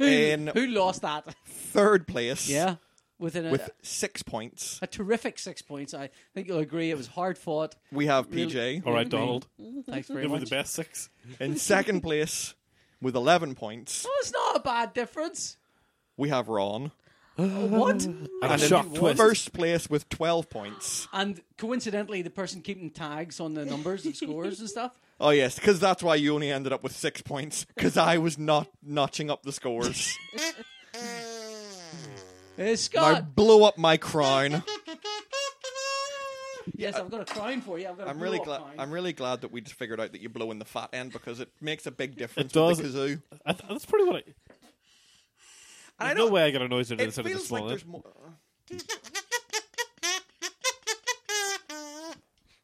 D: In
A: Who lost that?
D: third place.
A: Yeah, within a,
D: With six points,
A: a terrific six points. I think you'll agree it was hard fought.
D: we have PJ.
B: All right, Donald.
A: Thanks very
B: Give me the
A: much.
B: best six.
D: In second place, with 11 points,
A: Oh, it's not a bad difference.
D: we have Ron.
A: What?
B: And a
D: And
B: shock
D: in
B: twist.
D: first place, with 12 points.
A: And coincidentally, the person keeping tags on the numbers and scores and stuff.
D: Oh, yes, because that's why you only ended up with six points, because I was not notching up the scores.
A: Uh,
D: I
A: Scott.
D: blow up my crown.
A: yes, I've got a crown for you. I've got a
D: I'm really glad.
A: blow-up crown.
D: I'm really glad that we just figured out that you blow in the fat end because it makes a big difference
B: It
D: with
B: does.
D: the kazoo.
B: I th- that's pretty what I.
D: I
B: There's no
D: don't-
B: way I got a noise out of
D: It
B: this out of this eh?
D: feels like
B: small
D: there's
B: end.
D: more.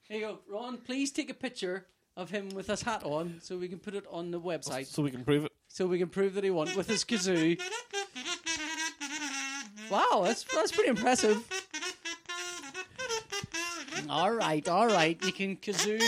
A: Here you go, Ron. Please take a picture of him with his hat on, so we can put it on the website,
B: So we can prove it.
A: so we can prove that he won with his kazoo. Wow, that's that's pretty impressive. All right, all right, you can kazoo.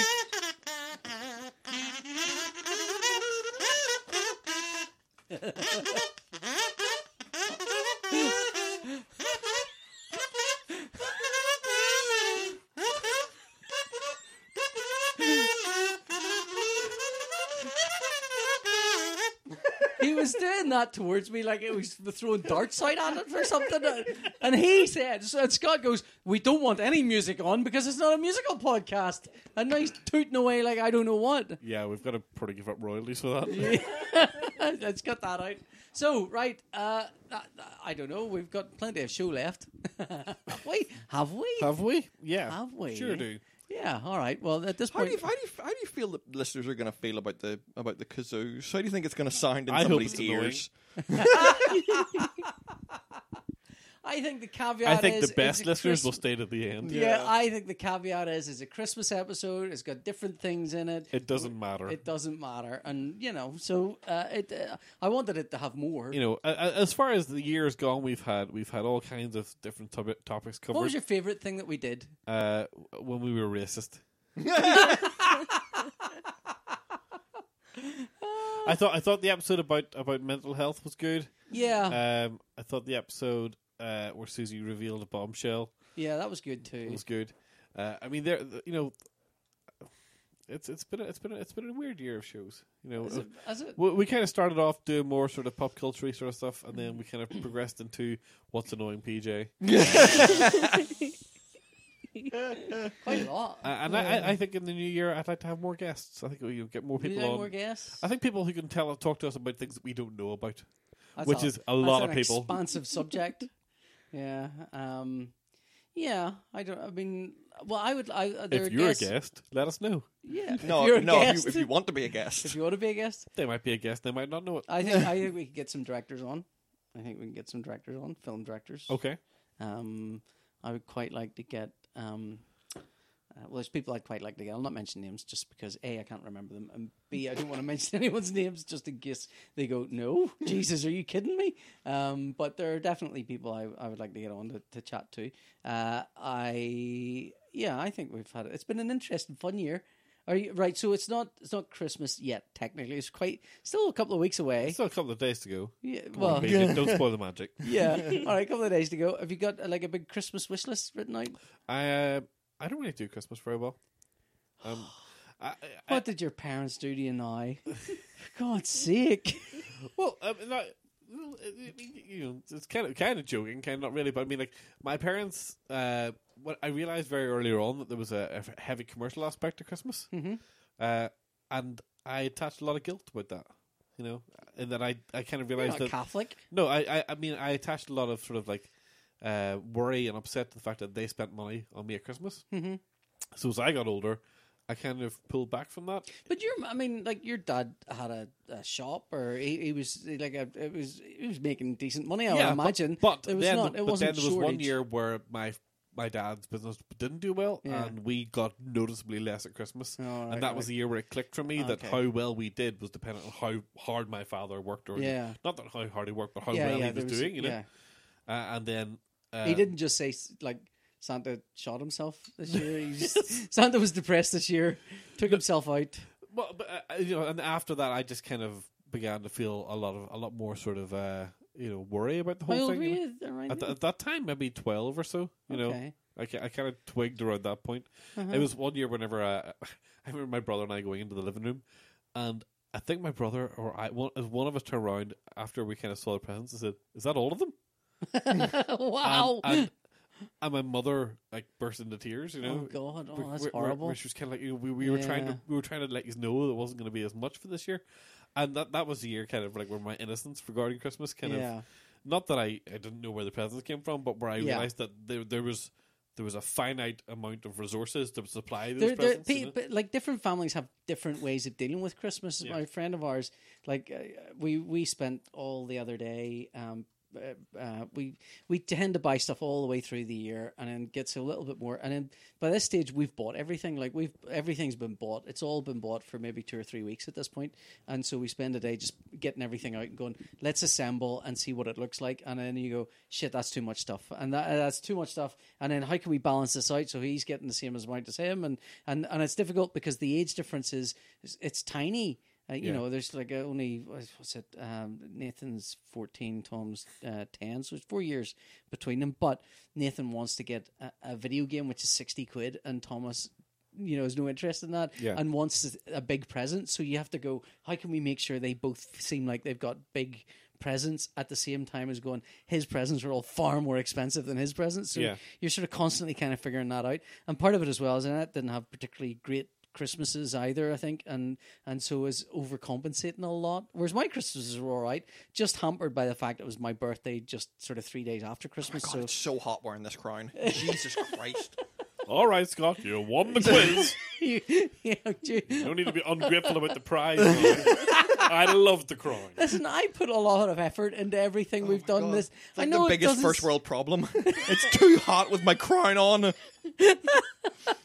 A: He was doing that towards me like it was throwing darts out at it or something, and he said, and Scott goes, "We don't want any music on because it's not a musical podcast." And now he's tooting away like I don't know what.
B: Yeah, we've got to probably give up royalties for that.
A: Let's cut that out. So, right, uh, uh, I don't know. We've got plenty of show left. have we? Have we?
B: Have we? Yeah.
A: Have we?
B: Sure do.
A: yeah. All right. Well, at this
D: How do
A: point,
D: you how do you, how do you feel that listeners are going to feel about the about the kazoos? How do you think it's going to sound in
B: I hope
D: somebody's
B: it's annoying.
D: ears?
A: I think the caveat.
B: I think
A: is,
B: the best
A: is
B: listeners will
A: Christmas,
B: stay to the end.
A: Yeah,
D: Yeah.
A: I think the caveat is it's a Christmas episode. It's got different things in it.
B: It doesn't matter.
A: It doesn't matter, and you know, so uh, it. Uh, I wanted it to have more.
B: you know, a- a- as far as the years gone, we've had we've had all kinds of different topi- topics covered.
A: what was your favorite thing that we did?
B: uh, when we were racist, I thought I thought the episode about about mental health was good.
A: Yeah,
B: Um, I thought the episode uh, where Susie revealed a bombshell
A: yeah, that was good too.
B: was good. Uh, I mean, there, you know, it's it's been a, it's been a, it's been a weird year of shows. You know,
A: Is it- is it-
B: we, we kind of started off doing more sort of pop culture sort of stuff, and then we kind of progressed into what's annoying PJ.
A: quite a lot.
B: Uh, and I, I, I think in the new year, I'd like to have more guests. I think we will get more
A: Did you
B: people Uh,
A: have
B: on.
A: more guests?
B: I think people who can tell talk to us about things that we don't know about,
A: That's
B: which is a lot
A: that's
B: of
A: an
B: people.
A: Expansive subject. Yeah. Um, yeah. I don't. I mean, well, I would. I, uh, there are
B: if you're
A: guests-
B: a guest, let us know.
A: yeah.
D: No,
A: if you're a
D: no. If
A: guest,
D: you, if you want to be a guest,
A: if you want to be a guest,
B: They might be a guest, they might not know it.
A: I think I think we could get some directors on. I think we can get some directors on, film directors.
B: Okay,
A: Um, I would quite like to get. Um, uh, well, there's people I'd quite like to get. I'll not mention names just because A, I can't remember them, and B, I don't want to mention anyone's names just in case they go, no, Jesus, are you kidding me? Um, but there are definitely people I, I would like to get on to, to chat to. Uh, I, yeah, I think we've had it. It's been an interesting, fun year. Are you, right, so it's not it's not Christmas yet. Technically, it's quite still a couple of weeks away.
B: still a couple of days to go.
A: yeah,
B: Come
A: well,
B: on, PJ, don't spoil the magic.
A: yeah. All right, a couple of days to go. Have you got uh, like a big Christmas wish list written out?
B: I uh, I don't really do Christmas very well. Um, I, I,
A: What did your parents do to you now? For God's sake.
B: well, um, no, Well, I I mean, you know, it's kind of kind of joking, kind of not really. But I mean, like my parents, uh, what I realized very earlier on that there was a, a heavy commercial aspect to Christmas, mm-hmm. uh, and I attached a lot of guilt with that. You know, and then I I kind of
A: You're
B: realized
A: not
B: that
A: Catholic.
B: no, I, I I mean I attached a lot of sort of like uh, worry and upset to the fact that they spent money on me at Christmas. Mm-hmm. So as I got older, I kind of pulled back from that.
A: But your, I mean, like your dad had a, a shop, or he, he was like a, it was he was making decent money. Oh, I would
B: but-
A: imagine,
B: But,
A: it was
B: then,
A: not. It
B: but
A: wasn't
B: then there was one
A: shortage.
B: year where my my dad's business didn't do well,
A: Yeah.
B: and we got noticeably less at Christmas.
A: right,
B: and that was
A: right.
B: the year where it clicked for me that
A: Okay.
B: how well we did was dependent on how hard my father worked, or
A: Yeah.
B: not that how hard he worked, but how
A: Yeah,
B: well
A: yeah,
B: he was,
A: there was-
B: doing. You know,
A: yeah.
B: uh, and then. Uh,
A: he didn't just say like Santa shot himself this year. He just, Santa was depressed this year, took himself out.
B: Well, but uh, uh, you know, and after that, I just kind of began to feel a lot of a lot more sort of uh, you know worry about the
A: How
B: whole
A: old
B: thing.
A: were
B: you know.
A: you around
B: At, th-
A: then?
B: at that time, maybe twelve or so. You know,
A: Okay. Uh-huh.
B: I, ki- I kind of twigged around that point. It was one year whenever uh, I remember my brother and I going into the living room, and I think my brother or I one, as one of us turned around after we kind of saw the presents and said, "Is that all of them?" And-
A: wow.
B: And, and my mother like burst into tears. You know,
A: oh god,
B: we-
A: oh that's
B: we- we-
A: horrible.
B: Which was kind of like you know, we, we were trying
A: Yeah.
B: to we were trying to let you know there wasn't going to be as much for this year, and that that was the year kind of like where my innocence regarding Christmas kind
A: Yeah.
B: of not that I I didn't know where the presents came from, but where I
A: Yeah.
B: realized that there there was there was a finite amount of resources to supply those
A: There, there,
B: presents. you
A: pe-
B: know?
A: but like different families have different ways of dealing with Christmas.
B: Yeah.
A: My friend of ours, like uh, we we spent all the other day. Um, uh, uh, we we tend to buy stuff all the way through the year, and then gets a little bit more. And then by this stage, we've bought everything. Like we've everything's been bought. It's all been bought for maybe two or three weeks at this point. And so we spend a day just getting everything out and going, let's assemble and see what it looks like. And then you go, shit, that's too much stuff, and that, that's too much stuff. And then how can we balance this out so he's getting the same amount as him? And and and it's difficult because the age difference is is- it's tiny. Uh, you
B: Yeah.
A: know, there's like uh, only what's what's it? Um, Nathan's fourteen, Tom's uh, ten, so it's four years between them. But Nathan wants to get a, a video game which is sixty quid, and Thomas, you know, has no interest in that,
B: Yeah.
A: and wants a big present. So you have to go. How can we make sure they both seem like they've got big presents at the same time as going? His presents are all far more expensive than his presents. So
B: Yeah.
A: you're sort of constantly kind of figuring that out. And part of it as well is that didn't have particularly great Christmases either, I think, and and so was overcompensating a lot. Whereas my Christmases were all right, just hampered by the fact it was my birthday just sort of three days after Christmas.
D: Oh God,
A: so
D: it's so hot wearing this crown. Jesus Christ.
B: all right, Scott, you won the quiz.
A: yeah, gee.
B: No need to be ungrateful about the prize. I love the crime.
A: listen, I put a lot of effort into everything we've done.
D: Oh God.
A: This
D: It's like
A: I know
D: the
A: it
D: biggest
A: doesn't
D: first world problem. it's too hot with my crown on.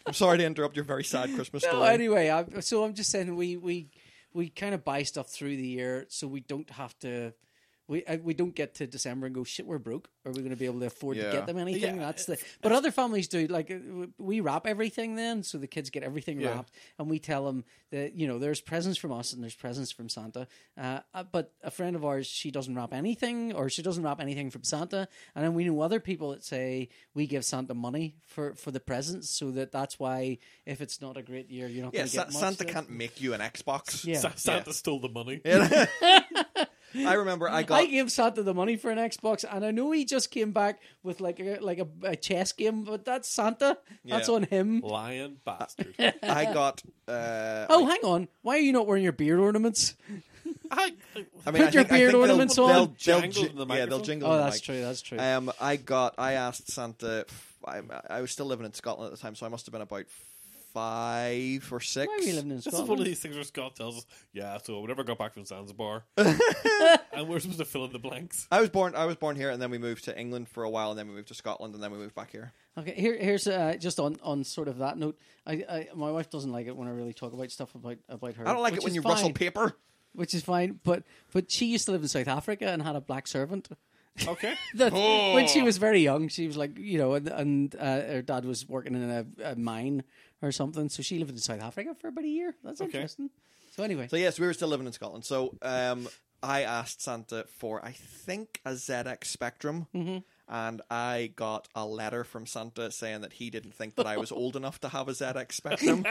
D: I'm sorry to interrupt your very sad Christmas
A: No,
D: story.
A: anyway, I, so I'm just saying we we we kind of buy stuff through the year, so we don't have to. We, uh, we don't get to December and go shit. We're broke. Are we going to be able to afford
D: Yeah.
A: to get them anything?
B: Yeah,
A: That's the. But other families do. Like uh, w- we wrap everything then, so the kids get everything
B: Yeah.
A: wrapped, and we tell them that you know there's presents from us and there's presents from Santa. Uh, uh, but a friend of ours, she doesn't wrap anything, or she doesn't wrap anything from Santa. And then we know other people that say we give Santa money for for the presents, so that that's why if it's not a great year, you're not
D: yeah,
A: going to
D: Sa-
A: get much.
D: Santa
A: then.
D: can't make you an Xbox.
A: Yeah.
B: Sa- Santa stole the money.
D: I remember I got
A: I gave Santa the money for an Xbox, and I know he just came back with like a, like a, a chess game, but that's Santa. That's
D: Yeah.
A: on him.
B: Lion bastard.
D: I got uh
A: Oh, hang on. Why are you not wearing your beard ornaments?
B: I,
D: I
A: Put
D: mean, I
A: your
D: think, I
A: beard
D: think they'll-
A: ornaments
D: they'll,
A: on.
D: They'll,
B: Jangle
D: ji-
B: in the
D: yeah, they'll
B: microphone.
D: jingle.
A: Oh,
D: in the
A: that's
D: mic.
A: true. That's true.
D: Um, I got. I asked Santa. I, I was still living in Scotland at the time, so I must have been about five or six.
A: Why are we living in
B: this is one of
A: Scotland?
B: these things where Scott tells us, "Yeah, so whenever I got back from Zanzibar, and we're supposed to fill in the blanks."
D: I was born. I was born here, and then we moved to England for a while, and then we moved to Scotland, and then we moved back here.
A: Okay, here, here's uh, just on, on sort of that note. I, I my wife doesn't like it when I really talk about stuff about about her.
D: I don't like
A: which
D: it when
A: is
D: you
A: fine,
D: rustle paper.
A: which is fine. But but she used to live in South Africa and had a black servant.
B: Okay,
A: That-
D: Oh.
A: When she was very young, she was like, you know, and, and uh, her dad was working in a, a mine or something. So she lived in South Africa for about a year. That's interesting. So anyway,
D: So yes, we were still living in Scotland. So um, I asked Santa for I think a ZX Spectrum,
A: Mm-hmm.
D: and I got a letter from Santa saying that he didn't think that I was old enough to have a ZX Spectrum.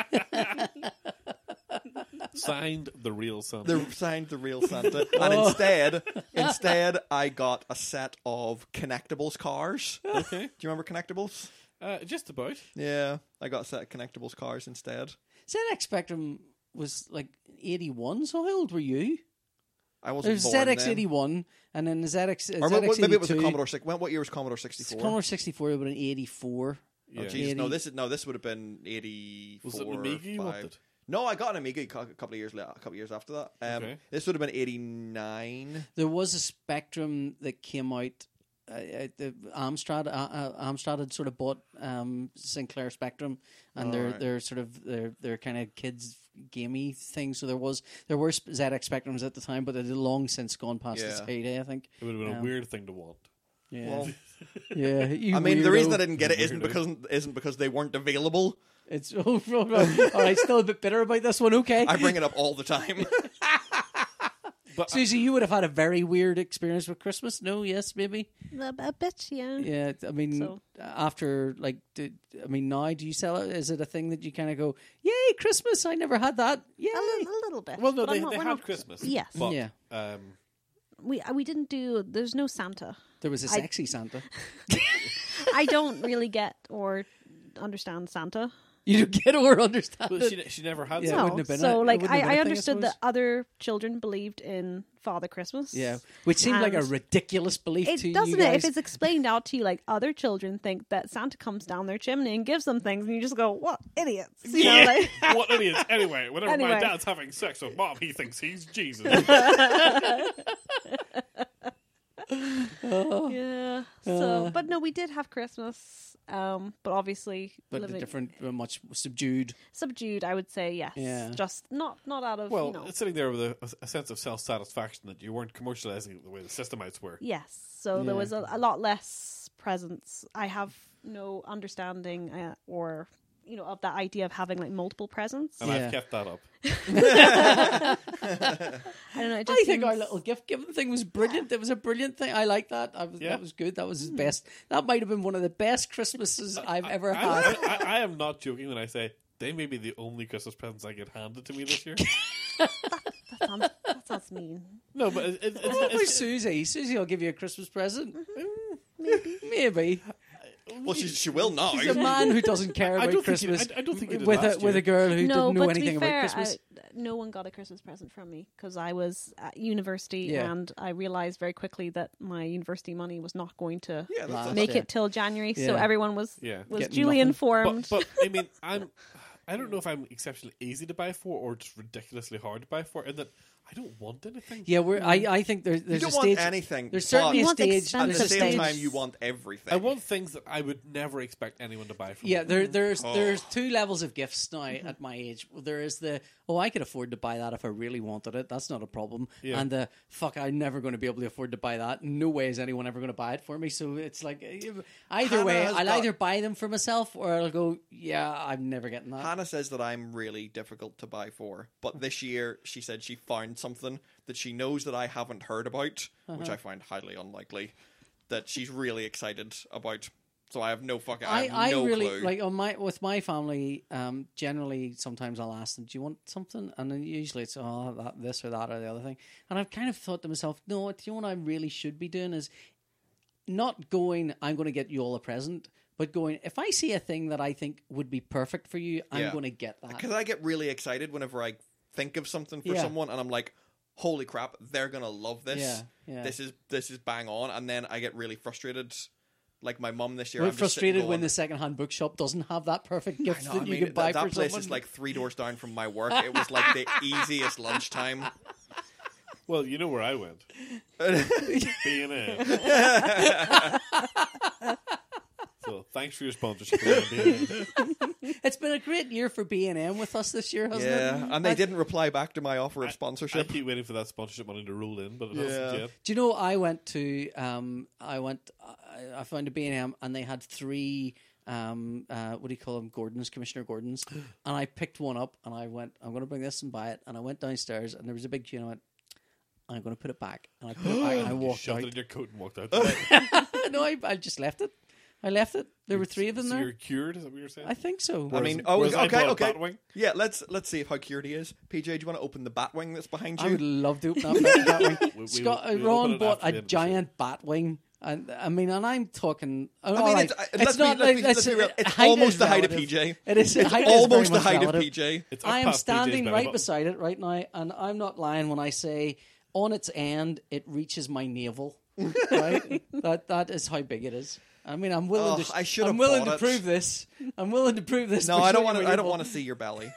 B: signed the real Santa.
D: They signed the real Santa, and
A: Oh.
D: instead, instead, I got a set of Connectables cars. Do
B: okay,
D: you remember Connectables?
B: uh, just about.
D: Yeah, I got a set of Connectables cars instead.
A: ZX Spectrum was like 81, so how old were you?
D: I wasn't
A: There's
D: born
A: ZX
D: then.
A: 81, and then the ZX,
D: or
A: ZX
D: what- what- maybe it was a
A: 82.
D: Commodore six. When, what year was Commodore sixty
A: It's
D: four?
A: Commodore 64, but an 84.
B: Yeah.
D: Oh, Jesus, no,
A: 80.
D: this is no, this would have been eighty four.
B: E Was it an Amiga you wanted?
D: No, I got an Amiga a cou- a couple of years later, a couple of years after that. Um,
B: Okay.
D: This would have been eighty nine.
A: There was a Spectrum that came out. Uh, uh, the Amstrad, uh, uh, Amstrad had sort of bought um, Sinclair Spectrum, and their
D: Alright.
A: their sort of their their kind of kids gamey thing. So there was there were sp- ZX Spectrums at the time, but they'd long since gone past its
D: Yeah.
A: heyday. I think.
B: It would have been
A: Um,
B: a weird thing to want.
A: Yeah,
D: Well,
A: yeah. you
D: I mean, the reason
A: weirdo.
D: I didn't get it
B: You
D: isn't
B: weirdo.
D: because isn't because they weren't available.
A: It's oh, oh, oh. all right. Still a bit bitter about this one. Okay,
D: I bring it up all the time.
A: Susie, you would have had a very weird experience with Christmas. No, yes, maybe.
C: A, a bit, yeah.
A: Yeah, I mean,
C: So-
A: after like, did, I mean, now do you sell it? Is it a thing that you kind of go, "Yay, Christmas! I never had that." Yeah,
C: A, little, a little bit.
B: Well, no,
C: but I'm
B: they,
C: not-
B: they
C: we're
B: had
C: not-
B: Christmas.
C: Yes.
B: but,
A: Yeah.
B: Um,
C: We uh, we didn't do. There's no Santa.
A: there was a
C: I-
A: sexy Santa.
C: I don't really get or understand Santa.
A: You don't get or understand.
B: but
A: it.
B: she, she never had
A: Yeah, it
C: no.
B: that.
A: wouldn't have been a-
C: so
A: it
C: like
A: wouldn't have been a
C: I, I
A: thing, I
C: understood that
A: suppose.
C: other children believed in Father Christmas.
A: yeah, which seemed like a
C: And-
A: ridiculous belief to
C: It
A: you
C: doesn't it
A: guys.
C: if it's explained out to you like other children think that Santa comes down their chimney and gives them things and you just go what idiots you know like
B: what idiots? Anyway, whenever my
C: Anyway.
B: dad's having sex with mom, he thinks he's Jesus.
C: yeah
A: Uh.
C: so but no we did have Christmas um but obviously
A: but the
C: living
A: different, uh, much subdued.
C: subdued I would say yes
A: Yeah.
C: just not not out of
B: well,
C: you know
B: it's sitting there with a, a sense of self satisfaction that you weren't commercializing it the way the systemites were.
C: Yes. So
A: Yeah.
C: there was a, a lot less presence. I have no understanding uh, or you know of that idea of having like multiple presents.
B: And
A: Yeah.
B: I've kept that up.
C: I don't know. It
A: I
C: just
A: think our
C: seems-
A: little gift giving thing was brilliant. It was a brilliant thing. I like that. I was,
B: Yeah.
A: That was good. That
C: Hmm.
A: was his best. That might have been one of the best Christmases I've ever
B: I,
A: had.
B: I, I am not joking when I say they may be the only Christmas presents I get handed to me this year.
C: that sounds, that sounds mean.
B: No, but it, it, it's,
A: Oh,
B: it's,
A: Susie, Susie, I'll give you a Christmas present.
C: Mm-hmm.
A: Maybe, maybe.
D: well, she she will now.
A: He's a man who doesn't care
B: I
A: about
B: don't think you-
A: Christmas.
B: I- I don't think you did
A: with a
B: last
A: with a
B: year.
A: girl who
C: no,
A: didn't know
C: but to be
A: anything about
C: fair,
A: Christmas.
C: I, no one got a Christmas present from me because I was at university
A: Yeah.
C: and I realized very quickly that my university money was not going to
D: yeah, that's,
A: Nah.
D: that's,
C: make
A: fair.
C: it till January. So
A: Yeah.
C: everyone was
B: Yeah.
C: was
A: Getting
C: duly
A: nothing.
C: informed.
B: But, but I mean, I'm. I don't know if I'm exceptionally easy to buy for or just ridiculously hard to buy for, and that I don't want anything.
A: Yeah, we're.
C: Mm.
A: I, I think there's
D: you
A: there's a
D: don't
A: stage.
D: want anything.
A: there's
D: but
A: certainly
C: You
A: a
C: want
A: stage.
C: expensive
D: at the
A: There's a
D: same
A: stage.
D: time you want everything.
B: I want things that I would never expect anyone to buy from.
A: Yeah,
B: me.
A: there,
D: Mm.
A: there's
D: Oh.
A: there's two levels of gifts now
C: Mm-hmm.
A: at my age. There is the oh, I could afford to buy that if I really wanted it. That's not a problem.
B: Yeah.
A: And the fuck, I'm never going to be able to afford to buy that. No way is anyone ever going to buy it for me. So it's like eh, either
D: Hannah
A: way,
D: has
A: I'll
D: got-
A: either buy them for myself or I'll go. Yeah, I'm never getting that.
D: Hannah says that I'm really difficult to buy for, but this year she said she found something that she knows that I haven't heard about, which
A: Uh-huh.
D: I find highly unlikely. That she's really excited about, so I have no fucking. I,
A: I,
D: have
A: I
D: no
A: really
D: clue.
A: like on my with my family. Um, generally, sometimes I'll ask them, "Do you want something?" And then usually it's oh that this or that or the other thing. And I've kind of thought to myself, "No, do you know what I really should be doing is not going. I'm going to get you all a present, but going if I see a thing that I think would be perfect for you, I'm
D: Yeah.
A: going to get that."
D: because I get really excited whenever I think of something for
A: Yeah.
D: someone, and I'm like, "Holy crap, they're gonna love this!
A: Yeah, yeah.
D: This is this is bang on." And then I get really frustrated, like my mum this year.
A: We're
D: I'm just sitting
A: frustrated when
D: going,
A: the secondhand bookshop doesn't have that perfect gift
D: No,
A: that
D: I
A: you
D: mean,
A: can buy
D: that, that
A: for
D: place
A: someone.
D: is like three doors down from my work. It was like the easiest lunchtime.
B: Well, you know where I went. B and A. So thanks for your sponsorship. B&A.
A: it's been a great year for B and M with us this year, hasn't it?
D: Yeah, and they
A: I-
D: didn't reply back to my offer of
B: I
D: sponsorship.
B: keep waiting for that sponsorship money to roll in, but it
D: Yeah.
B: hasn't yet.
A: Do you know I went to um I went I- I found a B and M and they had three um uh what do you call them Gordons Commissioner Gordons and I picked one up and I went I'm going to bring this and buy it and I went downstairs and there was a big queue and I went I'm going to put it back and I put it back and I
B: You
A: walked
B: shoved
A: out
B: it in your coat and walked out.
A: no I, I just left it I left it. There were three of them
B: So
A: there.
B: you're cured, is that what you're saying?
A: I think so.
D: I
B: Whereas-
D: mean, oh,
B: whereas I
D: okay,
B: bought a
D: okay.
B: Batwing.
D: Yeah, let's let's see if how cured he is. PJ, do you want to open the Batwing that's behind
A: I
D: you?
A: would love to open that, that
B: We- we-
A: wing. Scott,
B: we'll open
A: Ron
B: it
A: bought
B: after the end
A: a
B: of the show.
A: giant bat wing. And, I mean, and I'm talking. I
D: mean, it's- I- let's be- let's be- let's be real. It's almost the height of PJ.
A: It is
D: It's
A: height is very
D: almost the
A: much
D: height
A: relative.
D: of PJ.
B: It's up
A: I am
B: past PJ's
A: standing
B: belly
A: right
B: button.
A: beside it right now, and I'm not lying when I say on its end it reaches my navel. right? That that is how big it is. I mean, I'm willing
D: Ugh,
A: to.
D: I should have
A: I'm willing
D: bought
A: to
D: it.
A: prove this. I'm willing to prove this.
D: No,
A: for
D: I don't
A: showing
D: want to.
A: my
D: I don't
A: navel.
D: want to see your belly.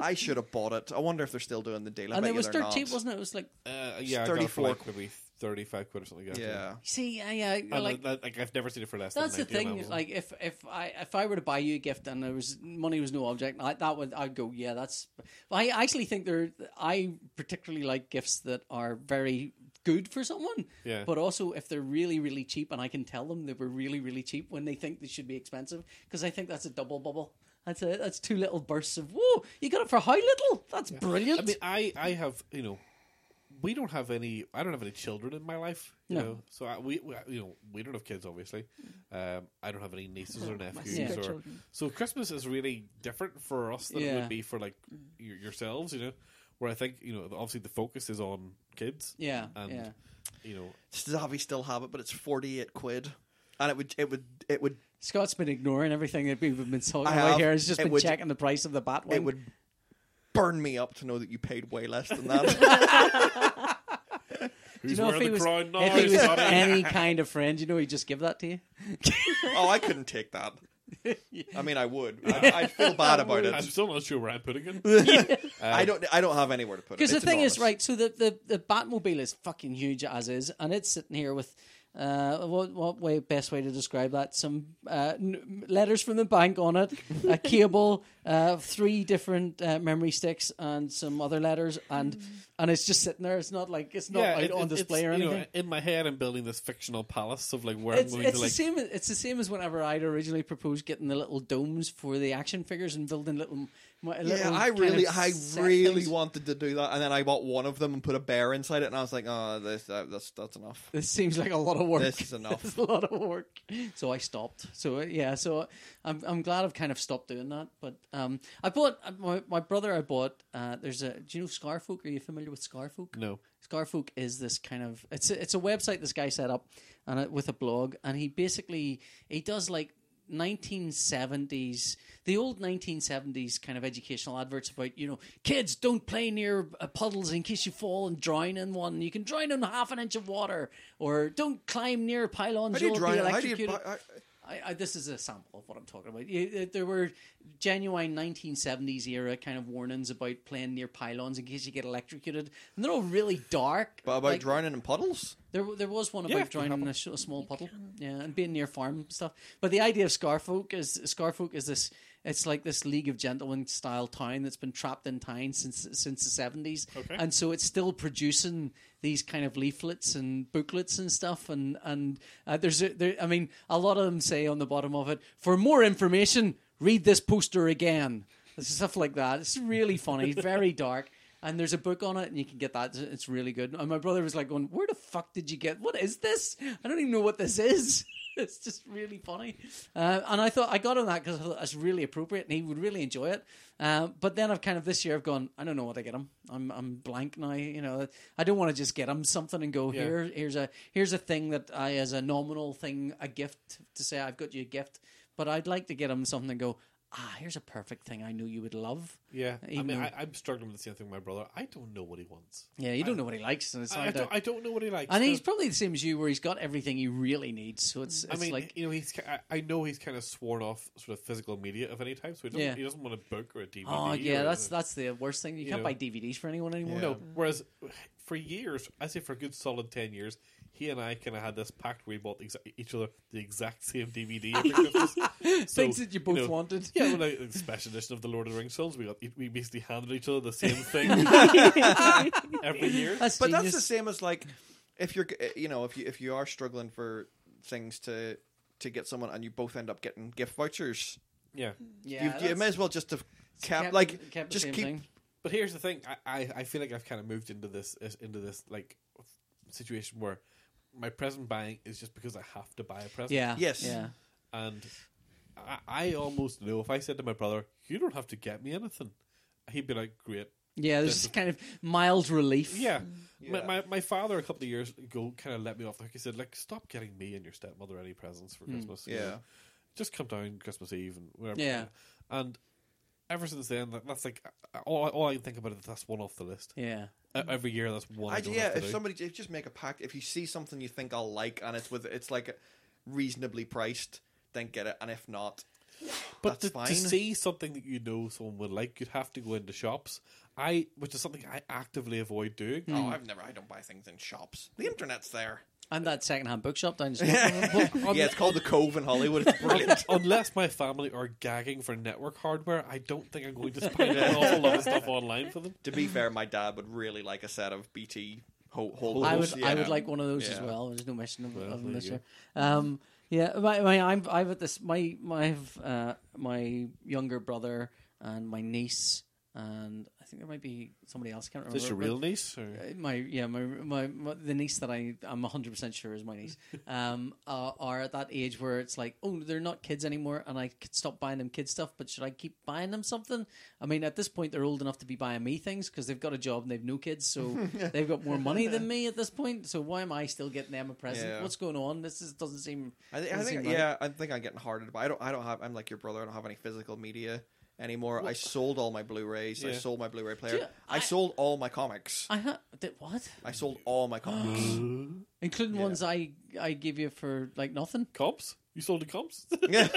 D: I should have bought it. I wonder if they're still doing the deal. I
A: And
D: bet
A: it
D: you
A: was
D: they're not.
A: thirteen, wasn't it? It was like,
B: Uh, yeah, 34.
D: 34.
B: Like maybe 35 quid or something. Like that.
D: Yeah.
A: see, yeah, yeah, you're
B: And
A: like
B: like, like, I've never seen it for less
A: That's the
B: than 90 on
A: thing.
B: Amazon.
A: Like, if if I if I were to buy you a gift and there was money was no object, I, that would I'd go. Yeah, that's. I actually think there. I particularly like gifts that are very good for someone.
B: Yeah.
A: But also, if they're really really cheap, and I can tell them they were really really cheap when they think they should be expensive, because I think that's a double bubble. That's a that's two little bursts of whoa. You got it for how little? That's brilliant.
B: I mean, I, I have, you know, we don't have any, I don't have any children in my life, you
A: No.
B: know, so I, we, we, you know, we don't have kids, obviously. Um, I don't have any nieces or nephews.
A: secret
B: or,
C: children.
B: So Christmas is really different for us than it
A: Yeah.
B: would be for, like, y- yourselves, you know, where I think, you know, obviously the focus is on kids.
A: yeah,
B: And,
A: yeah.
B: you know,
D: Zavi still have it, but it's forty eight quid, and it would it would it would
A: Scott's been ignoring everything that we've been talking
D: I
A: about
D: have.
A: here. He's just
D: It
A: been
D: would-
A: checking the price of the Batwing.
D: it would burn me up to know that you paid way less than that.
B: who's
A: you know, if
B: wearing
A: he
B: the
A: was,
B: crown now?
A: if he was
B: Sonny?
A: any kind of friend, you know, he'd just give that to you.
D: oh, I couldn't take that. I mean, I would. I, I'd feel bad about
B: I'm
D: it.
B: still not sure where I'm putting it.
D: I don't. I don't have anywhere to put it.
A: Because the
D: It's
A: thing is,
D: enormous.
A: right? So the, the the Batmobile is fucking huge as is, and it's sitting here with. Uh, what what way best way to describe that? Some uh, n- letters from the bank on it, a cable, uh, three different uh, memory sticks, and some other letters, and and it's just sitting there. It's not like it's not out
B: it-
A: on
B: it-
A: display
B: it's,
A: or
B: you
A: anything.
B: know, in my head, I'm building this fictional palace of like where
A: it's,
B: I'm going
A: it's
B: to
A: the
B: like.
A: same. It's the same as whenever I'd originally proposed getting the little domes for the action figures and building little. mo- little
D: Yeah, I
A: kind of
D: really, I
A: set
D: really
A: things.
D: wanted to do that, and then I bought one of them and put a bear inside it, and I was like, "Oh, this, uh, that's that's enough.
A: This seems like a lot of work.
D: This is enough."
A: It's a lot of work. So I stopped. So uh, yeah, so I'm I'm glad I've kind of stopped doing that. But um, I bought uh, my my brother. I bought. Uh, there's a. Do you know Scarfolk? Are you familiar with Scarfolk?
B: No.
A: Scarfolk is this kind of it's a, it's a website this guy set up and it, with a blog and he basically he does like 1970s the old 1970s kind of educational adverts about you know kids don't play near uh, puddles in case you fall and drown in one you can drown in half an inch of water or don't climb near pylons
D: How do you
A: you'll
D: draw?
A: be
D: it? How do you? uh,
A: electrocuted
D: I,
A: I, I, this is a sample of what I'm talking about. You, uh, there were genuine 1970s era kind of warnings about playing near pylons in case you get electrocuted, and they're all really dark.
D: but about
A: like,
D: drowning in puddles?
A: there, w- there was one
B: Yeah,
A: about
B: it can
A: drowning in a, sh- a small puddle, yeah, and being near farm stuff. But the idea of Scarfolk is Scarfolk is this. It's like this League of Gentlemen style town that's been trapped in time since since the seventies,
B: Okay.
A: and so it's still producing these kind of leaflets and booklets and stuff. And and uh, there's a, there, I mean, a lot of them say on the bottom of it, for more information, read this poster again. There's stuff like that. It's really funny, very dark. And there's a book on it, and you can get that. It's really good. And my brother was like, going, "Where the fuck did you get? What is this? I don't even know what this is." it's just really funny. Uh, and I thought I got on that because that's really appropriate, and he would really enjoy it. Uh, but then I've kind of this year I've gone, I don't know what I get him. I'm I'm blank now. You know, I don't want to just get him something and go
B: Yeah.
A: here. Here's a here's a thing that I as a nominal thing, a gift to say I've got you a gift. But I'd like to get him something and go. Ah, here's a perfect thing I knew you would love.
B: Yeah, I
A: Even
B: mean,
A: though-
B: I, I'm struggling with the same thing. with My brother, I don't know what he wants.
A: Yeah, you don't know what he likes, and it's
B: I, I
A: hard to-
B: don't. I don't know what he likes.
A: And
B: No,
A: he's probably the same as you, where he's got everything he really needs. So it's,
B: I
A: it's
B: mean,
A: like
B: you know, he's. ki- I, I know he's kind of sworn off sort of physical media of any type, so he doesn't.
A: Yeah.
B: He doesn't want a book or a DVD.
A: Oh yeah,
B: or
A: that's
B: anything.
A: that's the worst thing. You, can't
B: know.
A: buy DVDs for anyone anymore.
B: No, whereas for years, I say for a good solid ten years, he and I kind of had this pact where we bought the exa- each other the exact same DVD. every Christmas. So,
A: Things that you both
B: know,
A: wanted.
B: Yeah, well, like, the special edition of the Lord of the Rings films, we got we basically handed each other the same thing every year.
A: That's
D: But
A: genius.
D: that's the same as like if you're, g- you know, if you if you are struggling for things to to get someone, and you both end up getting gift vouchers,
B: Yeah,
A: yeah,
D: you, you
A: that's-
D: may as well just have kept,
A: kept-
D: like
A: kept the
D: just
A: same
D: keep.
A: thing.
B: But here's the thing: I, I, I feel like I've kind of moved into this is- into this like situation where my present buying is just because I have to buy a present.
A: Yeah.
D: Yes.
A: Yeah.
B: And I, I almost know if I said to my brother, "You don't have to get me anything," he'd be like, "Great."
A: Yeah, there's
B: This
A: this
B: is-
A: kind of mild relief.
B: Yeah. My,
A: Mm.
D: Yeah.
B: my my father a couple of years ago kind of let me off the hook. He said, "Like, stop getting me and your stepmother any presents
A: Mm.
B: for Christmas. you
D: Yeah.
B: know. just come down Christmas Eve and whatever."
A: Yeah.
B: and ever since then, that, that's like all. I- All I can think about is that's one off the list.
A: Yeah.
B: E- Every year, that's one. I,
D: I,
B: don't
D: yeah,
B: have to
D: if
B: do.
D: somebody if just make a pact. If you see something you think I'll like and it's with it's like reasonably priced, then get it. And if not,
B: But
D: That's
B: to, to
D: fine.
B: see something that you know someone would like, you'd have to go into shops. I, which is something I actively avoid doing.
D: oh, I've never. I don't buy things in shops. The internet's there.
A: And that secondhand bookshop down the street.
D: yeah, it's called the Cove in Hollywood. It's brilliant.
B: Unless my family are gagging for network hardware, I don't think I'm going to spend an awful lot of stuff online for them.
D: to be fair, my dad would really like a set of BT ho- holders.
A: I would, I
D: yeah.
A: would like one of those as
D: Yeah.
A: well. There's no mention of, of them
B: there
A: this
B: you
A: year. Um, yeah, my, my, I'm, I've at this. My, my, I've, uh, my younger brother and my niece, and I think there might be somebody else. I can't remember.
B: Is this your
A: but-
B: real niece? Or?
A: Uh, my yeah my, my my the niece that I I'm 100 percent sure is my niece um are, are at that age where it's like oh they're not kids anymore and I could stop buying them kid stuff but should I keep buying them something I mean at this point they're old enough to be buying me things because they've got a job and they've no kids so they've got more money than me at this point so why am I still getting them a present
D: Yeah.
A: what's going on this is, doesn't seem
D: I think, I
A: doesn't
D: think
A: seem right.
D: yeah, I think I'm getting harder to buy. I don't, I don't have. I'm like your brother. I don't have any physical media anymore. I sold all my Blu-rays. I
B: Yeah.
D: sold my Blu-ray player.
A: Yeah,
D: I,
A: I-
D: sold all my comics.
A: I ha- did, what
D: I sold all my comics.
A: including
D: Yeah.
A: ones I I give you for like nothing
B: Comps? You sold the comps?
D: Yeah,